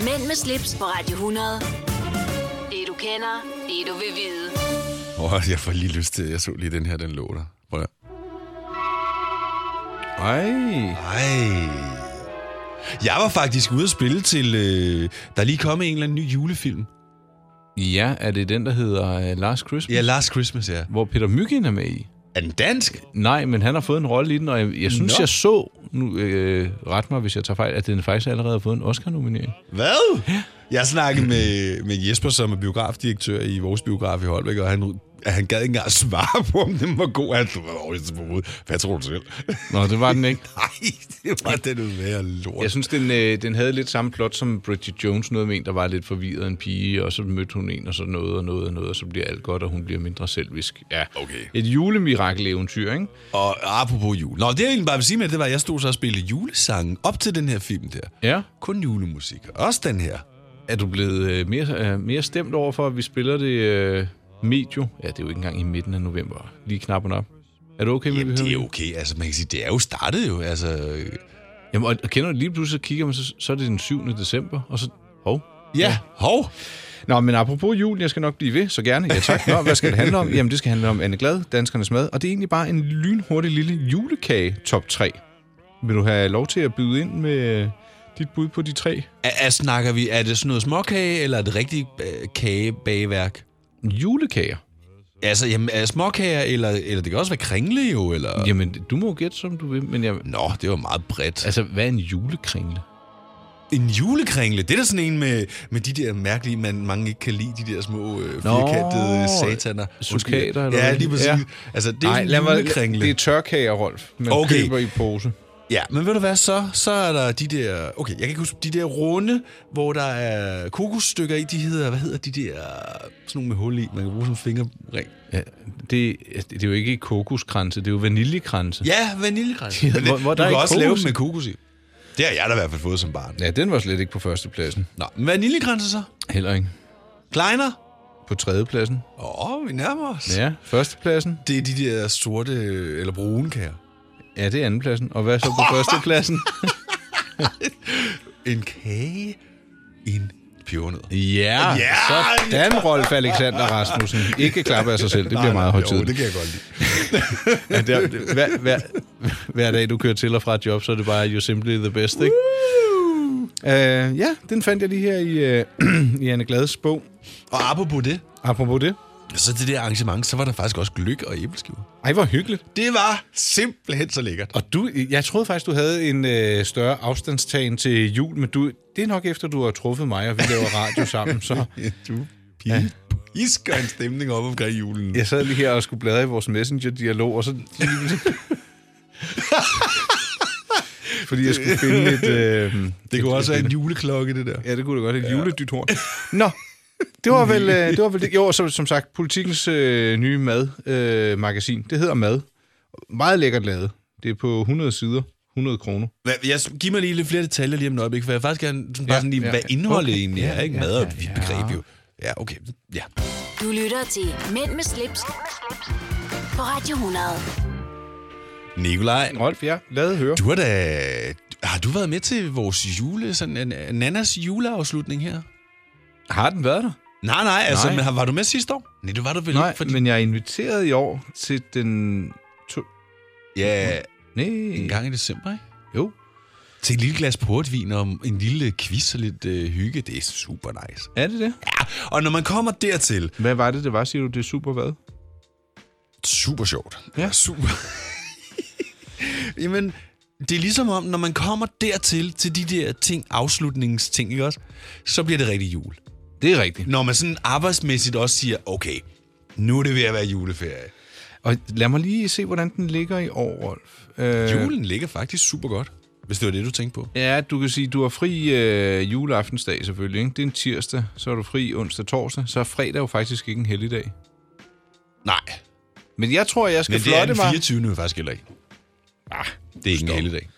A: Mænd med slips på Radio 100. Det du kender, det du vil vide.
B: Åh, oh, jeg får lige lyst til... Jeg så lige den her, den lå der. Prøv at
C: Ej.
B: Ej. Jeg var faktisk ude at spille til... Øh, der er lige kommet en eller anden ny julefilm.
C: Ja, er det den, der hedder øh, Last Christmas?
B: Ja, Last Christmas, ja.
C: Hvor Peter Myggen er med i.
B: Er den dansk?
C: Nej, men han har fået en rolle i den, og jeg, jeg synes,
B: Nå.
C: Nå. jeg så, nu øh, ret mig, hvis jeg tager fejl, at den faktisk allerede har fået en Oscar-nominering.
B: Hvad? Jeg snakkede med, med Jesper, som er biografdirektør i vores biograf i Holbæk, og han, han gad ikke engang svare på, om den var god. Han var overhovedet på hovedet. Hvad tror du selv?
C: Nå, det var den ikke.
B: Nej, det var den udvære lort.
C: Jeg synes, den, øh, den havde lidt samme plot som Bridget Jones, noget med en, der var lidt forvirret en pige, og så mødte hun en, og så noget og noget og noget, og så bliver alt godt, og hun bliver mindre selvisk. Ja,
B: Okay.
C: Et julemirakel-eventyr, ikke?
B: Og apropos jul. Nå, det jeg egentlig bare vil sige med, det var, at jeg stod så og spillede julesangen op til den her film der.
C: Ja.
B: Kun julemusik. Også den her.
C: Er du blevet øh, mere, øh, mere stemt over for, at vi spiller det øh, medio? Ja, det er jo ikke engang i midten af november. Lige knappen op. Er du okay med, at vi
B: Jamen, det
C: hører
B: er okay. Altså, man kan sige, det er jo startet jo. Altså,
C: Jamen, og, og kender du lige pludselig, så kigger man, så, så er det den 7. december, og så... Hov.
B: ja, hov.
C: Nå, men apropos jul, jeg skal nok blive ved, så gerne. Ja, tak. Nå, hvad skal det handle om? Jamen, det skal handle om Anne Glad, Danskernes Mad, og det er egentlig bare en lynhurtig lille julekage top 3. Vil du have lov til at byde ind med øh, dit bud på de tre?
B: Er, er, snakker vi, er det sådan noget småkage, eller er det rigtig øh, kagebageværk?
C: Julekager?
B: Altså, jamen, er det småkager, eller, eller det kan også være kringle jo, eller...
C: Jamen, du må jo gætte, som du vil, men jeg...
B: Nå, det var meget bredt. Altså,
C: Altså, hvad er en julekringle?
B: en julekringle, det er da sådan en med, med de der mærkelige, man mange ikke kan lide, de der små øh, firkantede
C: Nå,
B: sataner.
C: sulkater,
B: Undskyld.
C: eller
B: Ja,
C: hvad?
B: lige præcis. Ja.
C: Ja.
B: Altså, det er Ej, en julekringle.
C: Det er tørkager, Rolf. Man
B: Okay.
C: okay. køber i pose.
B: Ja, men ved du hvad, så, så er der de der... Okay, jeg kan ikke huske, de der runde, hvor der er kokosstykker i, de hedder... Hvad hedder de der... Sådan nogle med hul i, man kan bruge som fingerring.
C: Ja, det, det er jo ikke kokoskranse, det er jo vaniljekranse.
B: Ja, vaniljekranse.
C: Ja,
B: Men det-
C: hvor- hvor
B: du
C: der er
B: kan også
C: ikke
B: lave
C: kokos
B: dem med kokos i. Det har jeg da i hvert fald fået som barn.
C: ja, den var slet ikke på førstepladsen.
B: Nå, men vaniljekranse så?
C: Heller ikke.
B: Kleiner?
C: På tredjepladsen.
B: Åh, oh, vi nærmer os.
C: Ja, førstepladsen.
B: Det er de der sorte øh, eller brune kager.
C: Ja, det er andenpladsen. Og hvad så på førstepladsen?
B: En kage, en pebernød.
C: Ja,
B: Ja!
C: sådan, Rolf Alexander Rasmussen. Ikke klappe af sig selv, det bliver meget
B: Jo,
C: højtidigt.
B: det kan jeg godt lide.
C: Ja, det er- det- hver, hver, hver dag, du kører til og fra et job, så er det bare, you're simply the best, ikke? Uh, ja, den fandt jeg lige her i, uh, i Anne Glades bog.
B: Og apropos det,
C: Apropos det.
B: så til det arrangement, så var der faktisk også gløk og æbleskiver.
C: Ej, hvor hyggeligt.
B: Det var simpelthen så lækkert.
C: Og du, jeg troede faktisk, du havde en øh, større afstandstagen til jul, men du, det er nok efter, du har truffet mig, og vi laver radio sammen. Så
B: du pige. Isker en stemning op omkring julen.
C: jeg sad lige her og skulle bladre i vores messenger-dialog, og så Fordi jeg skulle finde et... Øh,
B: det kunne også være en juleklokke, det der.
C: Ja, det kunne da godt være et ja. juledythorn. Nå, det var vel, øh, det, var vel det. Jo, så, som sagt, politikens øh, nye madmagasin, øh, magasin. det hedder Mad. Meget lækkert lavet. Det er på 100 sider, 100 kroner.
B: Hvad, jeg, giv mig lige lidt flere detaljer lige om et øjeblik, for jeg vil faktisk gerne sådan, bare sådan lige, ja, hvad indholdet okay. egentlig er. Ikke? Mad er et vidt begreb jo. Ja, okay. Ja.
A: Du lytter til Mænd med slips, på Radio 100.
B: Nikolaj.
C: Rolf, ja. Lad høre.
B: Du har da... Har du været med til vores jule, sådan en, Nannas juleafslutning her?
C: Har den været der?
B: Nej, nej, altså, nej. men har- var du med sidste år? Nej, det var du vel
C: Nej,
B: ikke, fordi...
C: men jeg er inviteret i år til den... To...
B: Ja,
C: Nej.
B: en gang i december, ikke?
C: Jo.
B: Til et lille glas portvin og en lille quiz og lidt øh, hygge, det er super nice.
C: Er det det?
B: Ja, og når man kommer dertil,
C: Hvad var det, det var, siger du? Det er super hvad?
B: super sjovt.
C: Ja.
B: Super. Jamen, det er ligesom om, når man kommer dertil, til de der ting, afslutningsting, ikke også? Så bliver det rigtig jul.
C: Det er rigtigt.
B: Når man sådan arbejdsmæssigt også siger, okay, nu er det ved at være juleferie.
C: Og lad mig lige se, hvordan den ligger i år, Rolf. Øh,
B: Julen ligger faktisk super godt, hvis det var det, du tænkte på.
C: Ja, du kan sige, du har fri øh, juleaftensdag selvfølgelig. Ikke? Det er en tirsdag, så er du fri onsdag torsdag. Så er fredag jo faktisk ikke en helligdag.
B: Nej,
C: Men jeg tror, jeg skal
B: men det er
C: flotte
B: den
C: mig.
B: 24. Mig. faktisk heller ikke. Ah, det er ikke en
C: stop.
B: helligdag.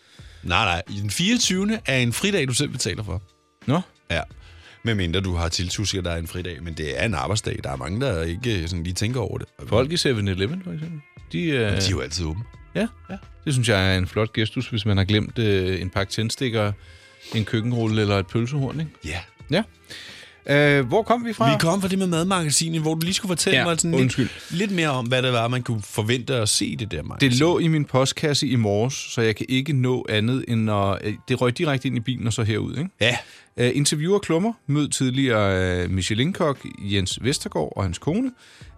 B: Nej, nej. Den 24. er en fridag, du selv betaler for.
C: Nå,
B: Ja. Medmindre du har tiltusket dig en fridag, men det er en arbejdsdag. Der er mange, der ikke øh, sådan lige tænker over det.
C: folk i 7-Eleven for eksempel. De, øh,
B: De er jo altid åbne.
C: ja. ja, det synes jeg er en flot gestus, hvis man har glemt øh, en pakke tændstikker, en køkkenrulle eller et pølsehorn. Ikke?
B: Ja.
C: Ja. Øh, hvor kom vi fra?
B: Vi kom fra det med madmagasinet, hvor du lige skulle fortælle
C: Ja,
B: mig sådan lidt,
C: undskyld.
B: lidt mere om, hvad det var, man kunne forvente at se i det der magasin.
C: Det lå i min postkasse i morges, så jeg kan ikke nå andet end at... øh, Det røg direkte ind i bilen og så herud, ikke?
B: Ja,
C: Uh, interviewer Klummer, mød tidligere uh, Michelin-kok Jens Vestergaard og hans kone.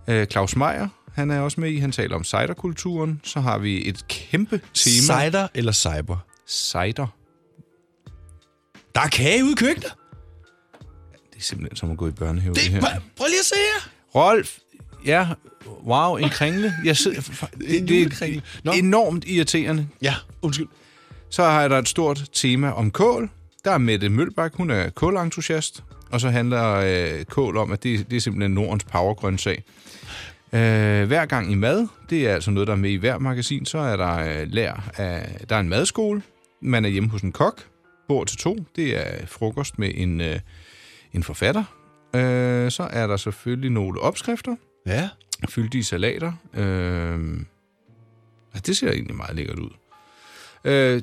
C: Uh, Claus Meier, han er også med i. Han taler om ciderkulturen. Så har vi et kæmpe tema.
B: cider eller cyber?
C: Cider.
B: Der er kage ude i køkkenet.
C: Det er simpelthen som at gå i børnehave, det,
B: Det,
C: her.
B: prøv, prøv lige at se her.
C: Rolf, ja, wow, en kringle. Jeg sidder, det, det
B: julekringle. Nå.
C: er enormt irriterende.
B: Ja, undskyld.
C: Så har der et stort tema om kål. Der er Mette Mølbak, hun er kålentusiast. Og så handler øh, kål om, at det, det er simpelthen Nordens powergrøntsag. Øh, hver gang i mad, det er altså noget, der er med i hver magasin, så er der, øh, lær af, der er en madskole. Man er hjemme hos en kok. Bord til to, det er frokost med en, øh, en forfatter. Øh, så er der selvfølgelig nogle opskrifter,
B: Ja.
C: fyldige salater. Øh, ja, det ser egentlig meget lækkert ud. Øh,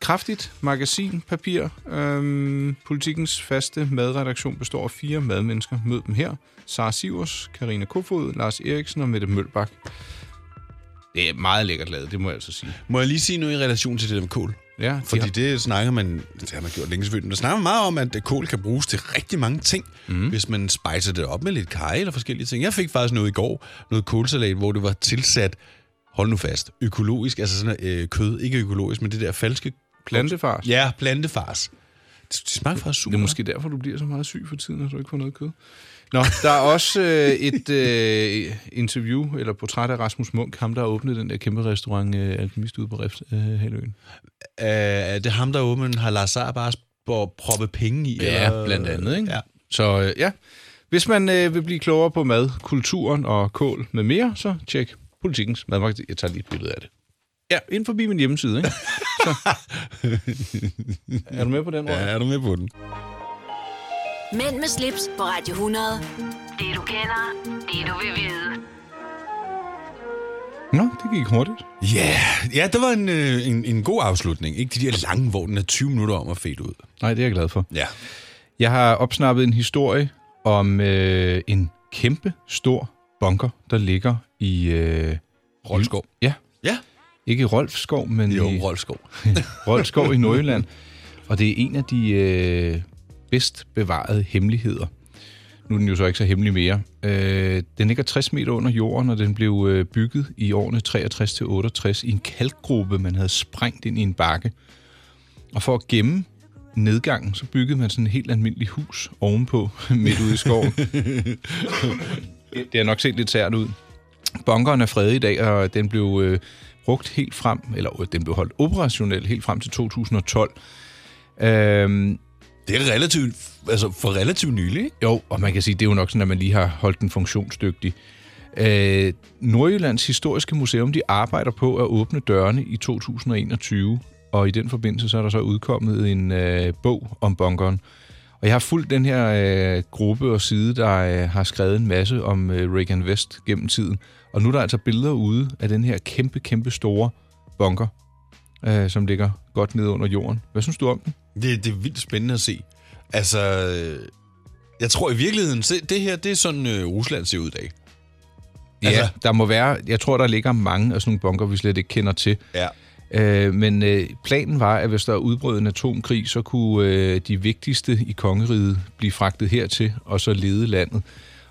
C: kraftigt magasinpapir. Øh, politikens faste madredaktion består af fire madmennesker. Mød dem her. Sara Sivers, Karina Kofod, Lars Eriksen og Mette Mølbak. Det er meget lækkert lavet, det må jeg altså sige.
B: Må jeg lige sige noget i relation til det der med kål?
C: Ja, de
B: Fordi
C: har-
B: ja. det snakker man, det har man gjort længe selvfølgelig, men der snakker man meget om, at kål kan bruges til rigtig mange ting,
C: Mhm.
B: mm. hvis man spicer det op med lidt kaj eller forskellige ting. Jeg fik faktisk noget i går, noget kålsalat, hvor det var tilsat, hold nu fast, økologisk, altså sådan øh, kød, ikke økologisk, men det der falske...
C: Plantefars.
B: Ja, plantefars. Det, det smager faktisk super.
C: Det er måske derfor, du bliver så meget syg for tiden, at du ikke får noget kød. Nå, der er også øh, et øh, interview, eller portræt af Rasmus Munk, ham der har åbnet den der kæmpe restaurant øh, Alkemist ude på Rift, øh, Haløen.
B: Øh, det er ham, der åbent har Lars Saar bare sp- proppet penge i. eller- Ja.
C: Øh, Så øh, ja, hvis man øh, vil blive klogere på mad, kulturen og kål med mere, så tjek politikens madmagasin. Jeg tager lige et billede af det. Ja, ind forbi min hjemmeside, ikke? Så. Er du med på den, Roy?
B: ja, er du med på den?
A: Mænd med slips på Radio 100. Det du kender, det du vil vide.
C: Nå, det gik hurtigt.
B: Ja, yeah. ja, det var en, øh, en, en god afslutning. Ikke de der lange, hvor den er 20 minutter om at fede ud.
C: Nej, det er jeg glad for.
B: Ja.
C: Jeg har opsnappet en historie om øh, en kæmpe stor bunker, der ligger i... Øh,
B: Rolskov.
C: Ja,
B: Ja.
C: ikke Rolfskov, men
B: Jo,
C: i
B: Rolskov.
C: Rolfskov i Nordjylland. Og det er en af de øh, bedst bevarede hemmeligheder. Nu er den jo så ikke så hemmelig mere. Øh, den ligger 60 meter under jorden, og den blev øh, bygget i årene 63-68 i en kalkgruppe, man havde sprængt ind i en bakke. Og for at gemme nedgangen, så byggede man sådan et helt almindeligt hus ovenpå, midt ude i skoven. det har nok set lidt sært ud. Bunkeren er fredet i dag, og den blev øh, brugt helt frem, eller øh, den blev holdt operationel helt frem til 2012. Øhm,
B: det er relativt, altså for relativt nylig, ikke?
C: Jo, og man kan sige, det er jo nok sådan, at man lige har holdt den funktionsdygtig. Øh, Nordjyllands Historiske Museum, de arbejder på at åbne dørene i 2021, og i den forbindelse så er der så udkommet en øh, bog om bunkeren. Og jeg har fulgt den her øh, gruppe og side, der øh, har skrevet en masse om øh, Reagan West gennem tiden. Og nu er der altså billeder ude af den her kæmpe, kæmpe store bunker, øh, som ligger godt nede under jorden. Hvad synes du om den?
B: Det, det er vildt spændende at se. Altså, øh, jeg tror i virkeligheden, se, det her, det er sådan, øh, Rusland ser ud i dag.
C: Ja, altså, der må være, jeg tror, der ligger mange af sådan nogle bunker, vi slet ikke kender til.
B: Ja.
C: Øh, men øh, planen var, at hvis der udbrød en atomkrig, så kunne øh, de vigtigste i kongeriget blive fragtet hertil, og så lede landet.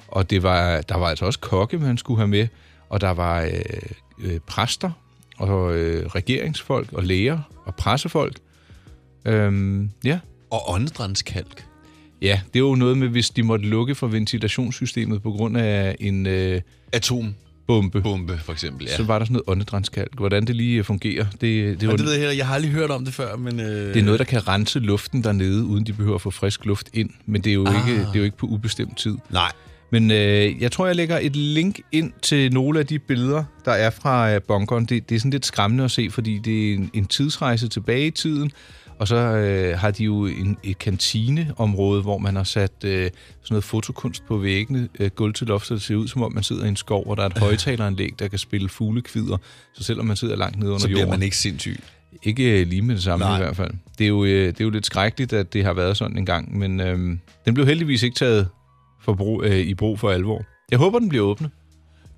C: Og det var, der var altså også kokke, man skulle have med, og der var øh, øh, præster, og øh, regeringsfolk, og læger, og pressefolk. Øhm, ja.
B: Og åndedrænskalk.
C: Ja, det er jo noget med, hvis de måtte lukke for ventilationssystemet på grund af en... Øh,
B: Atombombe. Bombe, for eksempel, ja.
C: Så var der sådan noget åndedrænskalk. Hvordan det lige øh, fungerer, det, det,
B: Det,
C: var,
B: var... det ved jeg heller, jeg har aldrig hørt om det før, men... Øh...
C: det er noget, der kan rense luften dernede, uden de behøver at få frisk luft ind. Men det er jo, ah. ikke, det er jo ikke på ubestemt tid.
B: Nej.
C: Men øh, jeg tror, jeg lægger et link ind til nogle af de billeder, der er fra øh, bunkeren. Det, det er sådan lidt skræmmende at se, fordi det er en, en tidsrejse tilbage i tiden. Og så øh, har de jo en, et kantineområde, hvor man har sat øh, sådan noget fotokunst på væggene, øh, gulv til loftet, det ser ud som om man sidder i en skov, og der er et højtaleranlæg, der kan spille fuglekvider. Så selvom man sidder langt nede under
B: Så bliver
C: jorden...
B: man ikke sindssyg.
C: Ikke øh, lige med det samme
B: Nej.
C: Nej. i hvert fald. Det er, jo, øh, det er jo lidt skrækkeligt, at det har været sådan en gang, men øh, den blev heldigvis ikke taget for brug, øh, i brug for alvor. Jeg håber, den bliver åbnet.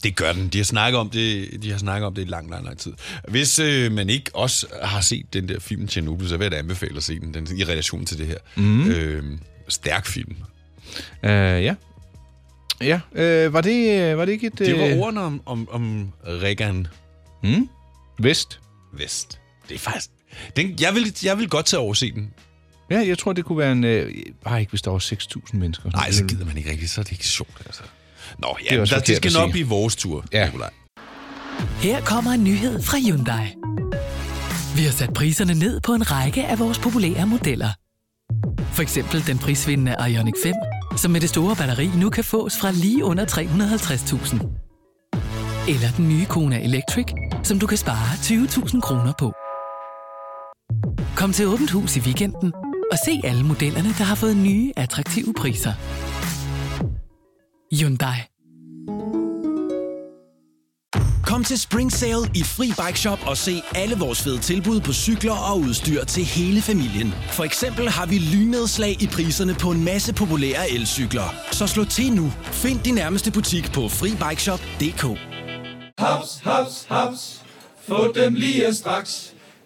B: Det gør den. De har snakket om det, de har snakket om det i lang, lang, lang tid. Hvis øh, man ikke også har set den der film Tjernobyl, så vil jeg da anbefale at se den, den i relation til det her.
C: Mhm.
B: Øh, stærk film.
C: Øh, ja. Ja, øh, var, det, øh, var det ikke et...
B: Det
C: øh,
B: var ordene om, om, om Reagan
C: Mm? Vest.
B: Vest. Det er faktisk... Den, jeg, vil, jeg vil godt tage overse den.
C: Ja, jeg tror, det kunne være en... Øh, bare ikke, hvis der var 6.000 mennesker.
B: Nej, så gider man ikke rigtigt. Så er det ikke sjovt, altså. Nå, ja,
C: Mm. Det er
B: det,
C: også
B: der, det
C: forkert
B: skal
C: at
B: nok
C: sige.
B: blive vores tur, ja.
C: Ja.
B: Nikolaj.
L: Her kommer en nyhed fra Hyundai. Vi har sat priserne ned på en række af vores populære modeller. For eksempel den prisvindende Ioniq 5, som med det store batteri nu kan fås fra lige under 350.000. Eller den nye Kona Electric, som du kan spare 20.000 kroner på. Kom til Åbent Hus i weekenden og se alle modellerne, der har fået nye, attraktive priser. Hyundai.
M: Kom til Spring Sale i Fri Bike Shop og se alle vores fede tilbud på cykler og udstyr til hele familien. For eksempel har vi lynedslag i priserne på en masse populære elcykler. Så slå til nu. Find din nærmeste butik på FriBikeShop.dk
K: Haps, haps, haps. Få dem lige straks.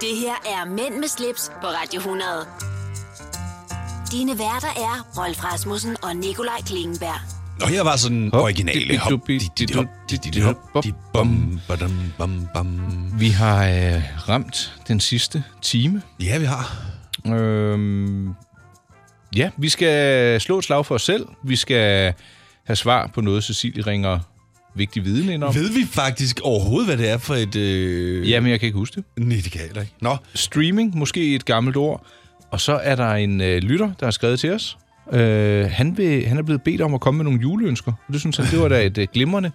A: Det her er Mænd med slips på Radio 100. Dine værter er Rolf Rasmussen og Nikolaj Klingenberg.
B: Nå, her var sådan den originale hop.
C: Vi har øh, ramt den sidste time.
B: Ja, vi har.
C: Øhm, ja, vi skal slå et slag for os selv. Vi skal have svar på noget, Cecilie ringer vigtig viden ind om.
B: Ved vi faktisk overhovedet, hvad det er for et... Øh...
C: Jamen, jeg kan ikke huske det.
B: Nej, det kan jeg heller ikke. Nå.
C: Streaming, måske et gammelt ord. Og så er der en øh, lytter, der har skrevet til os. Øh, han, vil, han er blevet bedt om at komme med nogle juleønsker. Og det synes han, det var da et øh, glimrende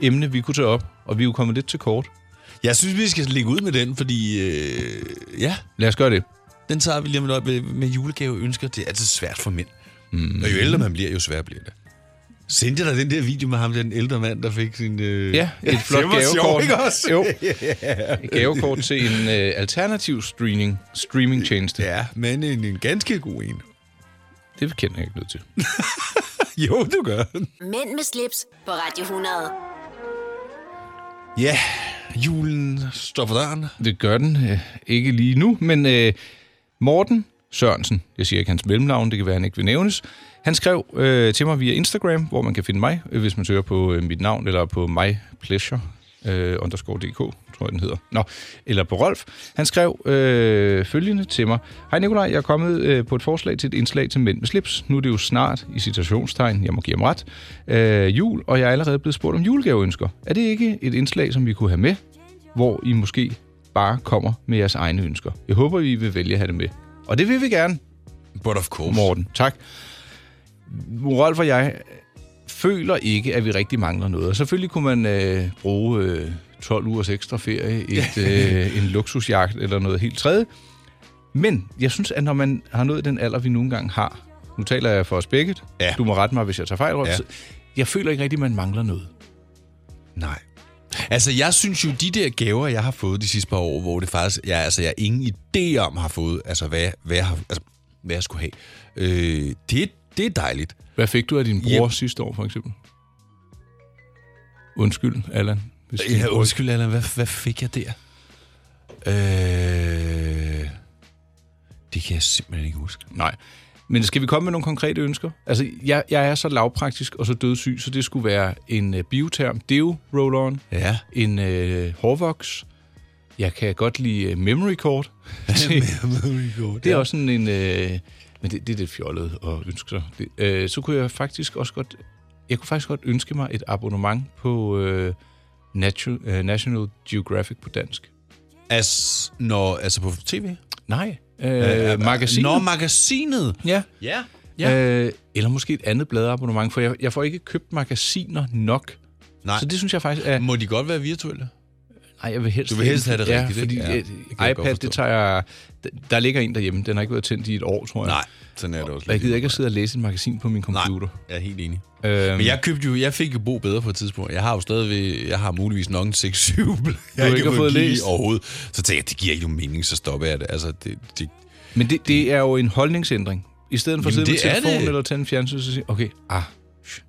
C: emne, vi kunne tage op. Og vi er jo kommet lidt til kort.
B: Jeg synes, vi skal ligge ud med den, fordi... Øh... Ja.
C: Lad os gøre det.
B: Den tager vi lige om et øjeblik med julegave ønsker. Det er altid svært for mænd. Mm. Og jo ældre man bliver, jo sværere bliver det. Sendte jeg dig den der video med ham, den ældre mand, der fik sin... Øh...
C: Ja, et flot
B: det var sjovt,
C: gavekort.
B: ikke også?
C: Jo.
B: Ja.
C: Et gavekort til en øh, alternativ streaming, streamingtjeneste.
B: Ja, men en, en ganske god en.
C: Det kender jeg ikke noget til.
B: jo, du gør.
A: Mænd med slips på Radio 100.
B: Ja, julen står for døren.
C: Det gør den. Øh, ikke lige nu, men øh, Morten Sørensen, jeg siger ikke hans mellemnavn, det kan være, han ikke vil nævnes, han skrev øh, til mig via Instagram, hvor man kan finde mig, øh, hvis man søger på øh, mit navn, eller på mypleasure, øh, underscore dk, tror jeg, den hedder. Nå, eller på Rolf. Han skrev øh, følgende til mig. Hej Nikolaj, jeg er kommet øh, på et forslag til et indslag til Mænd med slips. Nu er det jo snart, i citationstegn, jeg må give ham ret, øh, jul, og jeg er allerede blevet spurgt om julegaveønsker. Er det ikke et indslag, som vi kunne have med, hvor I måske bare kommer med jeres egne ønsker? Jeg håber, I vil vælge at have det med. Og det vil vi gerne.
B: But of course.
C: Morten, tak. Rolf og jeg føler ikke, at vi rigtig mangler noget. Og selvfølgelig kunne man øh, bruge øh, 12 ugers ekstra ferie, et, øh, en luksusjagt eller noget helt tredje. Men jeg synes, at når man har nået den alder, vi nogle gange har, nu taler jeg for os begge, ja. du må rette mig, hvis jeg tager fejl, Rolf,
B: Ja.
C: ja. jeg føler ikke rigtig, at man mangler noget.
B: Nej. Altså, jeg synes jo, de der gaver, jeg har fået de sidste par år, hvor det faktisk, jeg, altså, jeg ingen idé om har fået, altså, hvad, hvad, jeg, har, altså, hvad jeg skulle have. Øh, det, det er dejligt.
C: Hvad fik du af din bror sidste år, for eksempel? Undskyld, Allan. hvis din
B: Ja,
C: bror-
B: undskyld, Allan, hvad, hvad fik jeg der? Øh, det kan jeg simpelthen ikke huske.
C: Nej. Men skal vi komme med nogle konkrete ønsker? Altså, jeg, jeg er så lavpraktisk og så dødssyg, så det skulle være en øh, bioterm deo roll-on,
B: ja.
C: en øh, hårvoks, jeg kan godt lide øh, memory cord. det er også sådan en... Øh, men det, det er lidt fjollet at ønske sig. Det, øh, så kunne jeg faktisk også godt... Jeg kunne faktisk godt ønske mig et abonnement på øh, Natural, øh, National Geographic på dansk.
B: As, når, altså på tv?
C: Nej.
B: Øh,
C: Øh, magasinet.
B: Nå, magasinet.
C: Ja.
B: Ja.
C: Ja. Øh, eller måske et andet bladabonnement, for jeg, jeg får ikke købt magasiner nok.
B: Nej.
C: Så det synes jeg faktisk er...
B: Må de godt være virtuelle?
C: Nej, jeg vil helst,
B: Du vil helst have det
C: ja,
B: rigtigt,
C: fordi
B: ikke? Ja,
C: ja,
B: det kan jeg godt
C: iPad, det tager jeg... d- Der ligger en derhjemme, den har ikke været tændt i et år, tror jeg.
B: Nej, sådan er det også.
C: Og jeg gider ikke at sidde og læse et magasin på min computer. Nej,
B: jeg er helt enig.
C: Øhm.
B: Men jeg købte jo, jeg fik jo bo bedre på et tidspunkt. Jeg har jo stadigvæk, jeg har muligvis nok en 6-7, jeg
C: har ikke fået
B: kigget i
C: læst.
B: overhovedet. Så tænkte jeg, det giver ikke nogen mening, så stopper jeg det. Altså, det, det
C: Men det, det er jo en holdningsændring. I stedet for at
B: Jamen,
C: sidde med
B: det er
C: telefonen
B: det.
C: eller tænde en fjernsyn, så sige, okay, ah,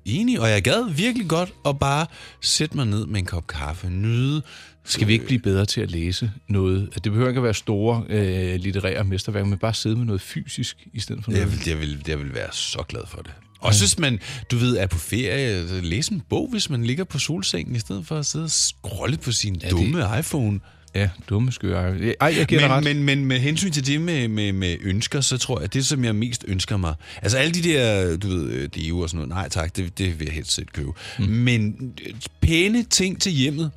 B: enig, og jeg gad virkelig godt at bare sætte mig ned med en kop kaffe, nyde.
C: skal
B: øh.
C: vi ikke blive bedre til at læse noget? Det behøver ikke at være store øh, litterære mesterværker, men bare sidde med noget fysisk i stedet for noget.
B: Jeg vil, jeg, vil, jeg vil være så glad for det.
C: Mm.
B: Og hvis man, du ved, er på ferie, så læs en bog, hvis man ligger på solsengen, i stedet for at sidde og scrolle på sin ja, dumme det... iPhone.
C: Ja, dumme skøre. Ej, jeg giver
B: men,
C: dig ret.
B: Men, men med hensyn til det med, med, med ønsker, så tror jeg, at det, som jeg mest ønsker mig... Altså alle de der, du ved, øh, deo og sådan noget, nej tak, det, det vil jeg helst ikke købe. Mm. Men øh, pæne ting til hjemmet.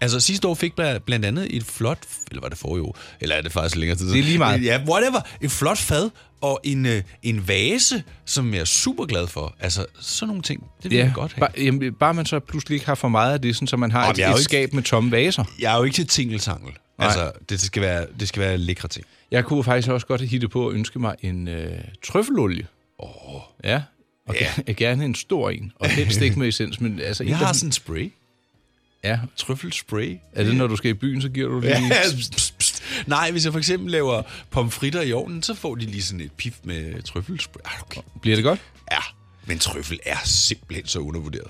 B: Altså sidste år fik bla- blandt andet et flot, eller var det forrige år, eller er det faktisk længere tid siden?
C: Det er lige meget.
B: Ja, whatever. Et flot fad og en, øh, en vase, som jeg er super glad for. Altså sådan nogle ting, det vil ja. jeg godt have.
C: Bare, jamen, bare man så pludselig ikke har for meget af det, sådan, så man har
B: Jamen,
C: et,
B: jeg er jo
C: et
B: ikke-
C: skab med tomme vaser.
B: Jeg er jo ikke til tingeltangel. Altså, det skal, være, det skal være lækre ting.
C: Jeg kunne faktisk også godt hitte på at ønske mig en øh, trøffelolie. Åh. Oh. Ja, og ja. gerne en stor en. Og helst ikke med essens, men altså... en,
B: Jeg har
C: der-
B: sådan en spray.
C: Ja.
B: Trøffelspray.
C: Er det, når du skal i byen, så giver du lige...
B: Ja, altså, pst, pst. Nej, hvis jeg for eksempel laver pomfritter i ovnen, så får de lige sådan et pif med trøffelspray. Ej, okay.
C: Bliver det godt?
B: Ja, men trøffel er simpelthen så undervurderet.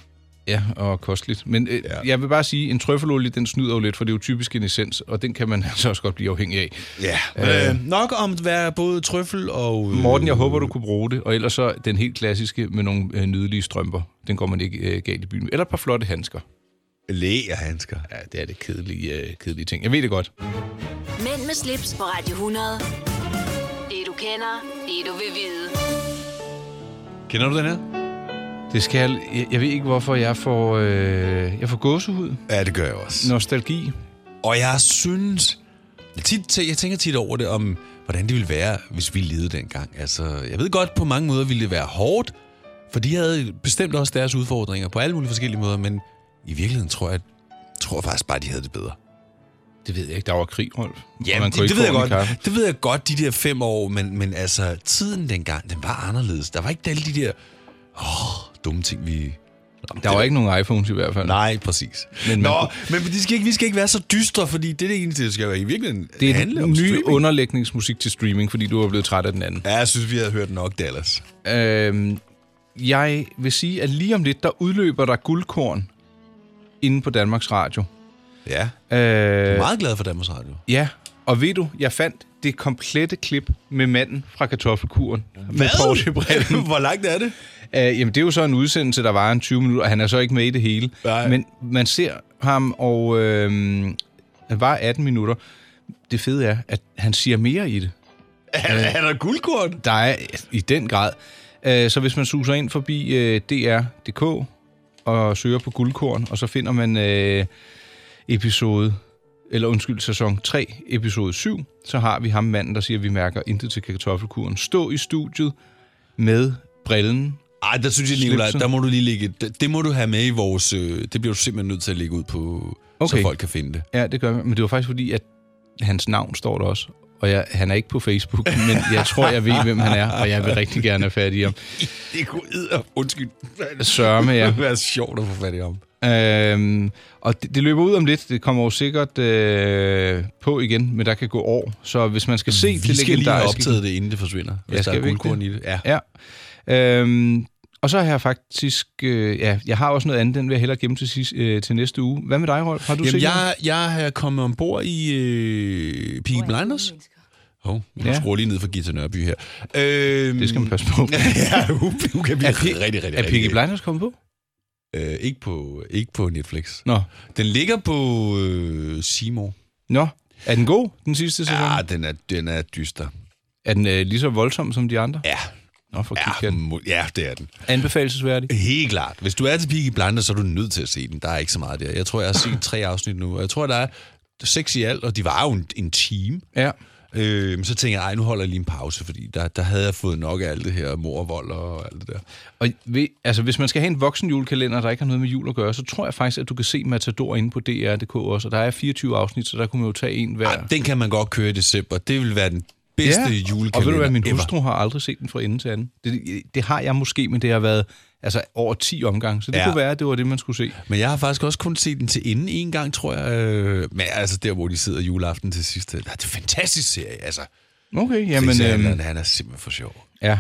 C: Ja, og kosteligt. Men øh, ja. jeg vil bare sige, en trøffelolie, den snyder jo lidt, for det er jo typisk en essens, og den kan man altså også godt blive afhængig af.
B: Ja,
C: Øh,
B: øh, nok om at være både trøffel og... Øh,
C: Morten, jeg håber, du kunne bruge det. Og ellers så den helt klassiske med nogle øh, nydelige strømper. Den går man ikke øh, galt i byen med. Eller et par flotte handsker.
B: Lægerhandsker.
C: Ja, det er det kedelige, øh, kedelige ting. Jeg ved det godt.
A: Mænd med slips på Radio 100. Det du kender, det du vil vide.
B: Kender du den her?
C: Det skal jeg, jeg ved ikke, hvorfor jeg får, øh, jeg får gåsehud.
B: Ja, det gør jeg også.
C: Nostalgi.
B: Og jeg synes... Jeg, tit, jeg tænker tit over det, om hvordan det ville være, hvis vi levede dengang. Altså, jeg ved godt, på mange måder ville det være hårdt, for de havde bestemt også deres udfordringer på alle mulige forskellige måder, men i virkeligheden tror jeg, tror jeg faktisk bare, de havde det bedre.
C: Det ved jeg ikke. Der var krig, Rolf.
B: Ja,
C: Og man
B: det,
C: kunne
B: det,
C: ikke
B: ved jeg
C: få en
B: godt.
C: kaffe.
B: det ved jeg godt, de der fem år, men, men altså, tiden dengang, den var anderledes. Der var ikke alle de der åh, dumme ting, vi...
C: Der var ikke nogen iPhones i hvert fald.
B: Nej, præcis.
C: Men
B: Men
C: man
B: Nå,
C: kunne-
B: men de skal ikke, vi skal ikke være så dystre, fordi det er det eneste, der skal være i virkeligheden
C: Det er
B: handle
C: den
B: om
C: nye
B: streaming.
C: underlægningsmusik til streaming, fordi du er blevet træt af den anden.
B: Ja, jeg synes, vi havde hørt nok, Dallas.
C: Øhm, jeg vil sige, at lige om lidt, der udløber der guldkorn inde på Danmarks Radio.
B: Ja.
C: Øh,
B: Meget glad for Danmarks Radio.
C: Ja, og ved du, jeg fandt det komplette klip med manden fra kartoffelkuren. Med
B: Hvad?
C: portebrillen.
B: Hvor langt er det?
C: Uh, jamen, det er jo så en udsendelse, der var en 20 minutter, og han er så ikke med i det hele. Nej. Men man ser ham, og øh, han var 18 minutter. Det fede er, at han siger mere i det.
B: Er, er der guldkorn?
C: Der er i den grad. Uh, så hvis man suser ind forbi uh, dr.dk og søger på guldkorn, og så finder man uh, episode eller undskyld, sæson 3, episode 7, så har vi ham manden, der siger, at vi mærker intet til kartoffelkuren. Stå i studiet med brillen.
B: Ej, der synes jeg, Nicolaj, der må du lige lægge... Det, det må du have med i vores... øh, Det bliver du simpelthen nødt til at lægge ud på, okay. så
C: Okay.
B: folk kan finde det.
C: Ja, det gør jeg. Men det var faktisk fordi, at hans navn står der også. Og jeg, han er ikke på Facebook, men jeg tror, jeg ved, hvem han er, og jeg vil rigtig gerne have fat i ham.
B: Det kunne edder, undskyld.
C: Sørme, ja.
B: Det være sjovt at få fat i om.
C: Øhm, og det, det løber ud om lidt. Det kommer jo sikkert øh, på igen, men der kan gå år. Så hvis man skal se
B: Vi
C: det
B: skal lige have
C: legendariske-
B: optaget det, inden det forsvinder. Hvis der er
C: vi ikke
B: guldkorn i
C: det?
B: det. Ja.
C: ja. Øhm, og så har jeg faktisk... Øh, ja, jeg har også noget andet, den vil jeg hellere gemme til, sidst, øh, til næste uge. Hvad med dig, Rolf? Har du
B: Jamen,
C: set noget?
B: jeg, jeg er kommet ombord i øh, Peaky Blinders. Hov, oh, jeg
C: Ja.
B: ja. skruer lige ned for Gita Nørby her. Øhm,
C: Det skal man passe på.
B: ja, hun, hun kan blive
C: Er
B: er,
C: Pe-
B: rigtig, rigtig, rigtig.
C: er Peaky Blinders kommet på?
B: Øh, ikke på? Ikke på Netflix.
C: Nå.
B: Den ligger på øh, Seymour.
C: Nå, er den god, den sidste sæson?
B: Ja, den er, den er dyster.
C: Er den øh, lige så voldsom som de andre?
B: Ja.
C: Nå, for
B: Ja, må, ja, det er den.
C: Anbefalesværdig?
B: Helt klart. Hvis du er til Peaky Blinders, så er du nødt til at se den. Der er ikke så meget der. Jeg tror, jeg har set tre afsnit nu, og jeg tror, der er seks i alt, og de var jo en, en time.
C: Ja.
B: Øhm, så tænker jeg, ej, nu holder jeg lige en pause, fordi der, der havde jeg fået nok af alt det her mor og vold og alt det der.
C: Og ved, altså, hvis man skal have en voksen julekalender, der ikke har noget med jul at gøre, så tror jeg faktisk, at du kan se Matador inde på DR.dk også. Og der er 24 afsnit, så der kunne man jo tage en hver.
B: Den kan man godt køre i december. Det vil være den bedste
C: Ja,
B: julekalender
C: Og ved du hvad, min
B: ever.
C: hustru har aldrig set den fra ende til anden. Det, det har jeg måske, men det har været altså, over 10 omgange, så det
B: Ja.
C: ja. kunne være, at det var det, man skulle se.
B: Men jeg har faktisk også kun set den til enden en gang, tror jeg. Øh, Men altså der, hvor de sidder juleaften til sidst. Det er en fantastisk serie, altså.
C: Okay, jamen...
B: Chris
C: Øhm,
B: Hansen, han er simpelthen for sjov.
C: ja,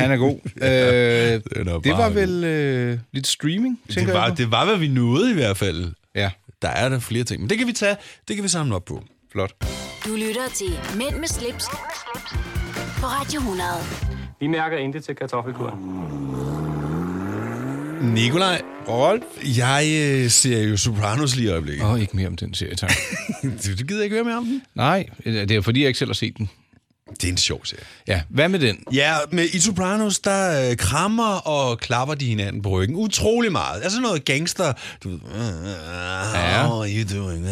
C: han er god.
B: Den
C: Øh,
B: er
C: det
B: bare
C: var
B: god.
C: vel øh, lidt streaming, tænker
B: Det
C: jeg.
B: var,
C: på.
B: det var, hvad vi nåede i hvert fald.
C: Ja.
B: Der er der flere ting, men det kan vi tage, det kan vi samle op på.
C: Flot.
A: Du lytter til Mænd med slips, på Radio 100.
D: Vi mærker intet til kartoffelkuren.
B: Nikolaj.
C: Rolf.
B: Jeg øh, ser jo Sopranos lige i øjeblikket.
C: Åh, ikke mere om den serie, tak.
B: du, du gider ikke høre mere om den?
C: Nej, øh, det er fordi, jeg ikke selv har set den.
B: Det er en sjov serie.
C: Ja, hvad med den?
B: Ja, med i Sopranos, der øh, krammer og klapper de hinanden på ryggen utrolig meget. Altså noget gangster. Du ved,
C: Ja.
B: how are you doing?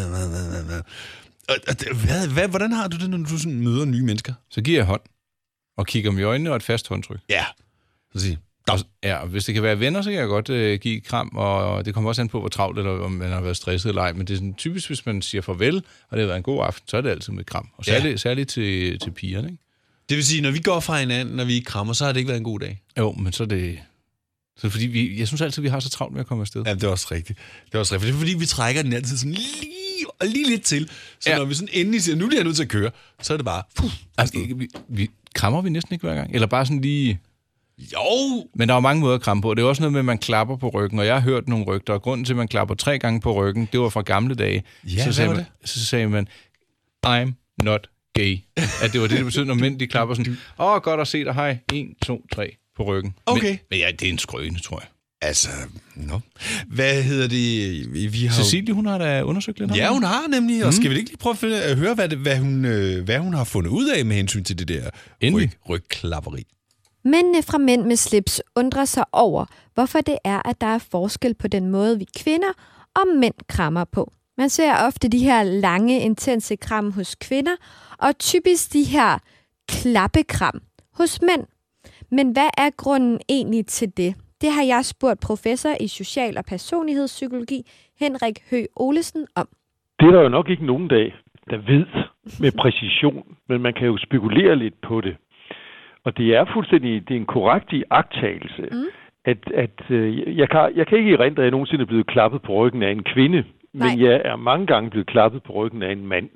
B: Og- og det- Hvad, hvad, hvordan har du det, når du sådan møder nye mennesker?
C: Så giver jeg hånd, og kigger dem i øjnene og et fast håndtryk.
B: Ja. Så sige,
C: Og, ja, og hvis det kan være venner, så kan jeg godt øh, give et kram, og det kommer også an på, hvor travlt eller om man har været stresset eller ej, men det er sådan, typisk, hvis man siger farvel, og det har været en god aften, så er det altid med et kram, og
B: Ja.
C: særligt, ja. særligt til, til pigerne, ikke?
B: Det vil sige, når vi går fra hinanden, når vi ikke krammer, så har det ikke været en god dag.
C: Jo, men så er det... Så er det fordi, vi, jeg synes altid, vi har så travlt med at komme afsted.
B: Ja, det er også rigtigt. Det er også rigtigt. Det er fordi, vi trækker den altid sådan lige, og lige lidt til. Så ja. når vi sådan endelig siger, nu bliver jeg nødt til at køre, så er det bare... Puh,
C: Altså, ikke- vi, vi, krammer vi næsten ikke hver gang? Eller bare sådan lige...
B: Jo!
C: Men der er jo mange måder at kramme på. Det er jo også noget med, at man klapper på ryggen, og jeg har hørt nogle rygter, og grunden til, at man klapper tre gange på ryggen, det var fra gamle dage.
B: Ja,
C: så,
B: hvad
C: sagde
B: var
C: man, så sagde man, I'm not gay. At det var det, det betød, når mænd de klapper sådan, åh, oh, godt at se dig, hej, 1, 2, 3 på ryggen.
B: Okay.
C: Men, men ja, det er en skrøne, tror jeg.
B: Altså, nå. Hvad hedder det? Vi- Vi har jo-
C: Cecilie, hun har da undersøgt lidt.
B: Ja, hun Mm. har nemlig, og skal vi ikke lige prøve at, finde, at høre, hvad, det, hvad, hun, øh, hvad hun har fundet ud af med hensyn til det der ryg, rygklapperi?
N: Mændene fra Mænd med slips undrer sig over, hvorfor det er, at der er forskel på den måde, vi kvinder og mænd krammer på. Man ser ofte de her lange, intense kram hos kvinder, og typisk de her klappekram hos mænd. Men hvad er grunden egentlig til det? Det har jeg spurgt professor i social- og personlighedspsykologi Henrik Hø Olesen om.
O: Det er der jo nok ikke nogen dag, der ved med præcision, men man kan jo spekulere lidt på det. Og det er fuldstændig det er en korrekt iagttagelse, mm. at, at øh, jeg, kan, jeg kan ikke erindre, at jeg nogensinde er blevet klappet på ryggen af en kvinde, Nej. men jeg er mange gange blevet klappet på ryggen af en mand.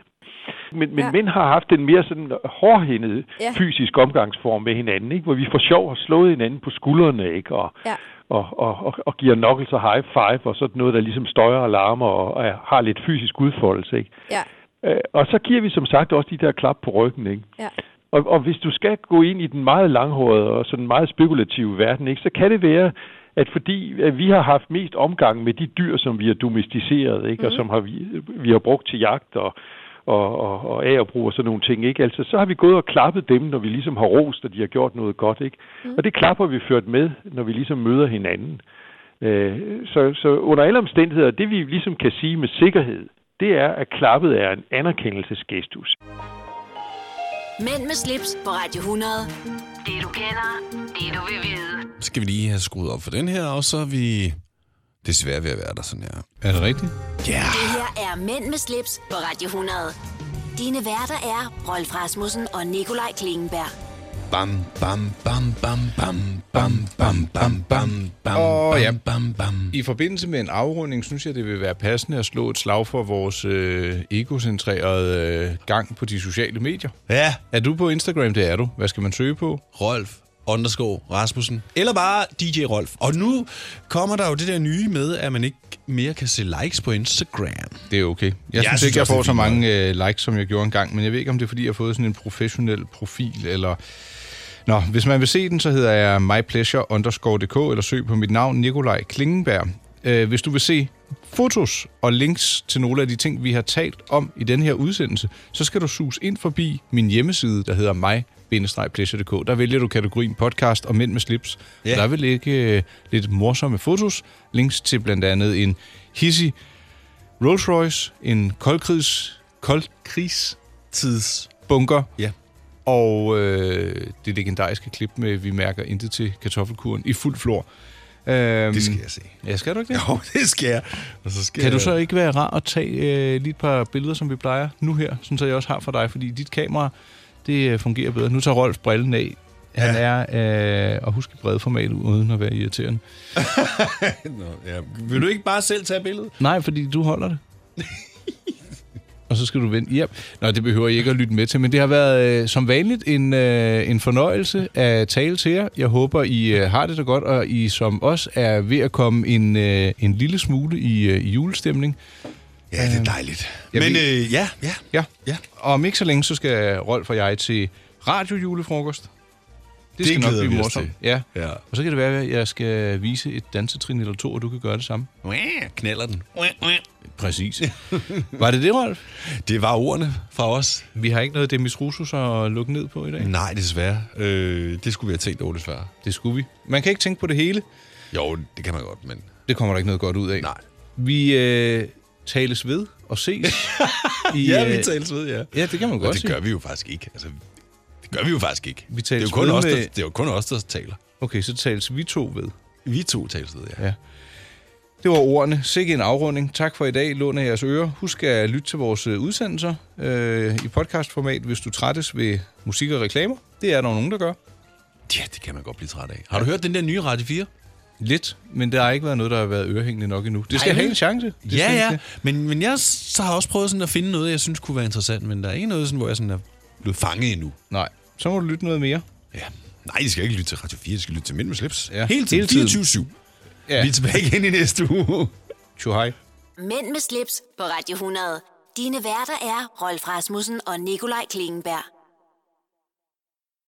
O: Men, men ja. mænd har haft en mere sådan hårdhændet
N: Ja.
O: ja. fysisk omgangsform med hinanden, ikke? hvor vi for sjov har slået hinanden på skuldrene, ikke? Og,
N: Ja.
O: og, og, og, og giver knuckles og high five, og sådan noget, der ligesom støjer og larmer og, og har lidt fysisk udfoldelse. Ikke?
N: Ja.
O: Øh, og så giver vi som sagt også de der klap på ryggen. Ikke?
N: Ja.
O: Og, og hvis du skal gå ind i den meget langhårede og sådan meget spekulative verden, ikke, så kan det være, at fordi at vi har haft mest omgang med de dyr, som vi har domesticeret, ikke, mm. og som har vi, vi har brugt til jagt og, og, og, og agerbrug og sådan nogle ting, ikke? Altså, så har vi gået og klappet dem, når vi ligesom har rost, og de har gjort noget godt, ikke? Mm. Og det klapper vi ført med, når vi ligesom møder hinanden. Øh, så, så under alle omstændigheder, det vi ligesom kan sige med sikkerhed, det er, at klappet er en anerkendelsesgestus.
A: Mænd med slips på Radio 100. Det du kender, det du vil vide.
B: Så skal vi lige have skruet op for den her, og så er vi desværre ved at være der sådan her. Er det rigtigt? Ja. Yeah.
A: Det her er Mænd med slips på Radio 100. Dine værter er Rolf Rasmussen og Nikolaj Klingenberg.
B: Bam, bam, bam, bam, bam, bam, bam, bam, bam, bam,
C: Og ja.
B: bam, bam, bam.
C: I forbindelse med en afrunding, synes jeg, det vil være passende at slå et slag for vores øh, egocentrerede øh, gang på de sociale medier.
B: Ja.
C: Er du på Instagram? Det er du. Hvad skal man søge på?
B: Rolf underscore Rasmussen. Eller bare DJ Rolf. Og nu kommer der jo det der nye med, at man ikke mere kan se likes på Instagram.
C: Det er okay. Jeg, jeg synes, synes ikke, jeg
B: også, det
C: får
B: er
C: så
B: fint nok.
C: mange øh, likes, som jeg gjorde engang, men jeg ved ikke, om det er, fordi jeg har fået sådan en professionel profil, eller... Nå, hvis man vil se den, så hedder jeg mypleasure underscore dk, eller søg på mit navn Nikolaj Klingenberg. Øh, hvis du vil se fotos og links til nogle af de ting, vi har talt om i den her udsendelse, så skal du sus ind forbi min hjemmeside, der hedder mig pleasuredk Der vælger du kategorien podcast og mænd med slips.
B: Ja.
C: Yeah. Der vil ligge øh, lidt morsomme fotos, links til blandt andet en hissig Rolls Royce, en koldkrigs, koldkrigstidsbunker,
B: ja.
C: og øh, det legendariske klip med, vi mærker intet til kartoffelkuren i fuld flor. Øhm,
B: Det skal jeg se.
C: Ja, skal du ikke det?
B: Jo, det skal jeg. Og så skal
C: Kan du
B: jeg-
C: så ikke være rar at tage øh, lige et par billeder, som vi plejer nu her, sådan så jeg også har for dig, fordi dit kamera, det øh, fungerer bedre. Nu tager Rolf brillen af. Han er, øh, og husk i bredformat uden at være irriterende.
B: Nå, ja. Vil du ikke bare selv tage billedet?
C: Nej, fordi du holder det. Og så skal du vente. Yep. Nå, det behøver I ikke at lytte med til, men det har været øh, som vanligt en, øh, en fornøjelse at tale til jer. Jeg håber, I øh, har det så godt, og I som os er ved at komme en, øh, en lille smule i, øh, i julestemning.
B: Ja, det er dejligt.
C: Jeg
B: Men
C: ved-
B: øh, ja, ja.
C: Ja.
B: ja.
C: Og om ikke så længe, så skal Rolf og jeg til radiojulefrokost. Det,
B: Det
C: skal nok
B: glæder
C: blive
B: vi os
C: morsomt.
B: til.
C: Ja.
B: Ja.
C: Og så kan det være, at jeg skal vise et dansetrin eller to, og du kan gøre det samme.
B: Knaller den.
C: Præcis. Var det det, Rolf?
B: Det var ordene fra os.
C: Vi har ikke noget Demis Roussos at lukke ned på i dag.
B: Nej, desværre. Øh, det skulle vi have tænkt over desværre.
C: Det skulle vi. Man kan ikke tænke på det hele.
B: Jo, det kan man godt, men...
C: Det kommer der ikke noget godt ud af.
B: Nej.
C: Vi øh, tales ved og ses. I,
B: Ja, vi
C: øh,
B: tales ved, ja.
C: Ja, det kan man
B: Og
C: godt
B: det
C: sige.
B: gør vi jo faktisk ikke. Altså, det gør vi jo faktisk ikke.
C: Vi
B: det, er
C: tales
B: jo kun
C: ved
B: os, der,
C: med-
B: det er jo kun os, der taler.
C: Okay, så tales vi to ved.
B: Vi to tales ved, ja.
C: Ja. Det var ordene. Sikke en afrunding. Tak for i dag. Lån af jeres ører. Husk at lytte til vores øh, udsendelser øh, i podcastformat, hvis du trættes ved musik og reklamer. Det er der jo nogen, der gør.
B: Ja, det kan man godt blive træt af. Har du hørt den der nye Radio 4?
C: Lidt, men der har ikke været noget, der har været ørehængende nok endnu. Det skal
B: Ej,
C: have
B: vel?
C: en chance. Det
B: ja,
C: synes
B: ja.
C: jeg.
B: Men, men jeg så har også prøvet sådan at finde noget, jeg synes kunne være interessant, men der er ikke noget, sådan, hvor jeg sådan er blevet fanget endnu.
C: Nej, så må du lytte noget mere.
B: Ja. Nej, I skal ikke lytte til Radio 4, I skal lytte til Mænd med slips.
C: Ja.
B: Hele tiden.
C: Hele tiden.
B: 24-7.
C: Ja.
B: Vi er tilbage igen i næste uge.
C: Tjo hej.
A: Mænd med slips på Radio 100. Dine værter er Rolf Rasmussen og Nikolaj Klingenberg.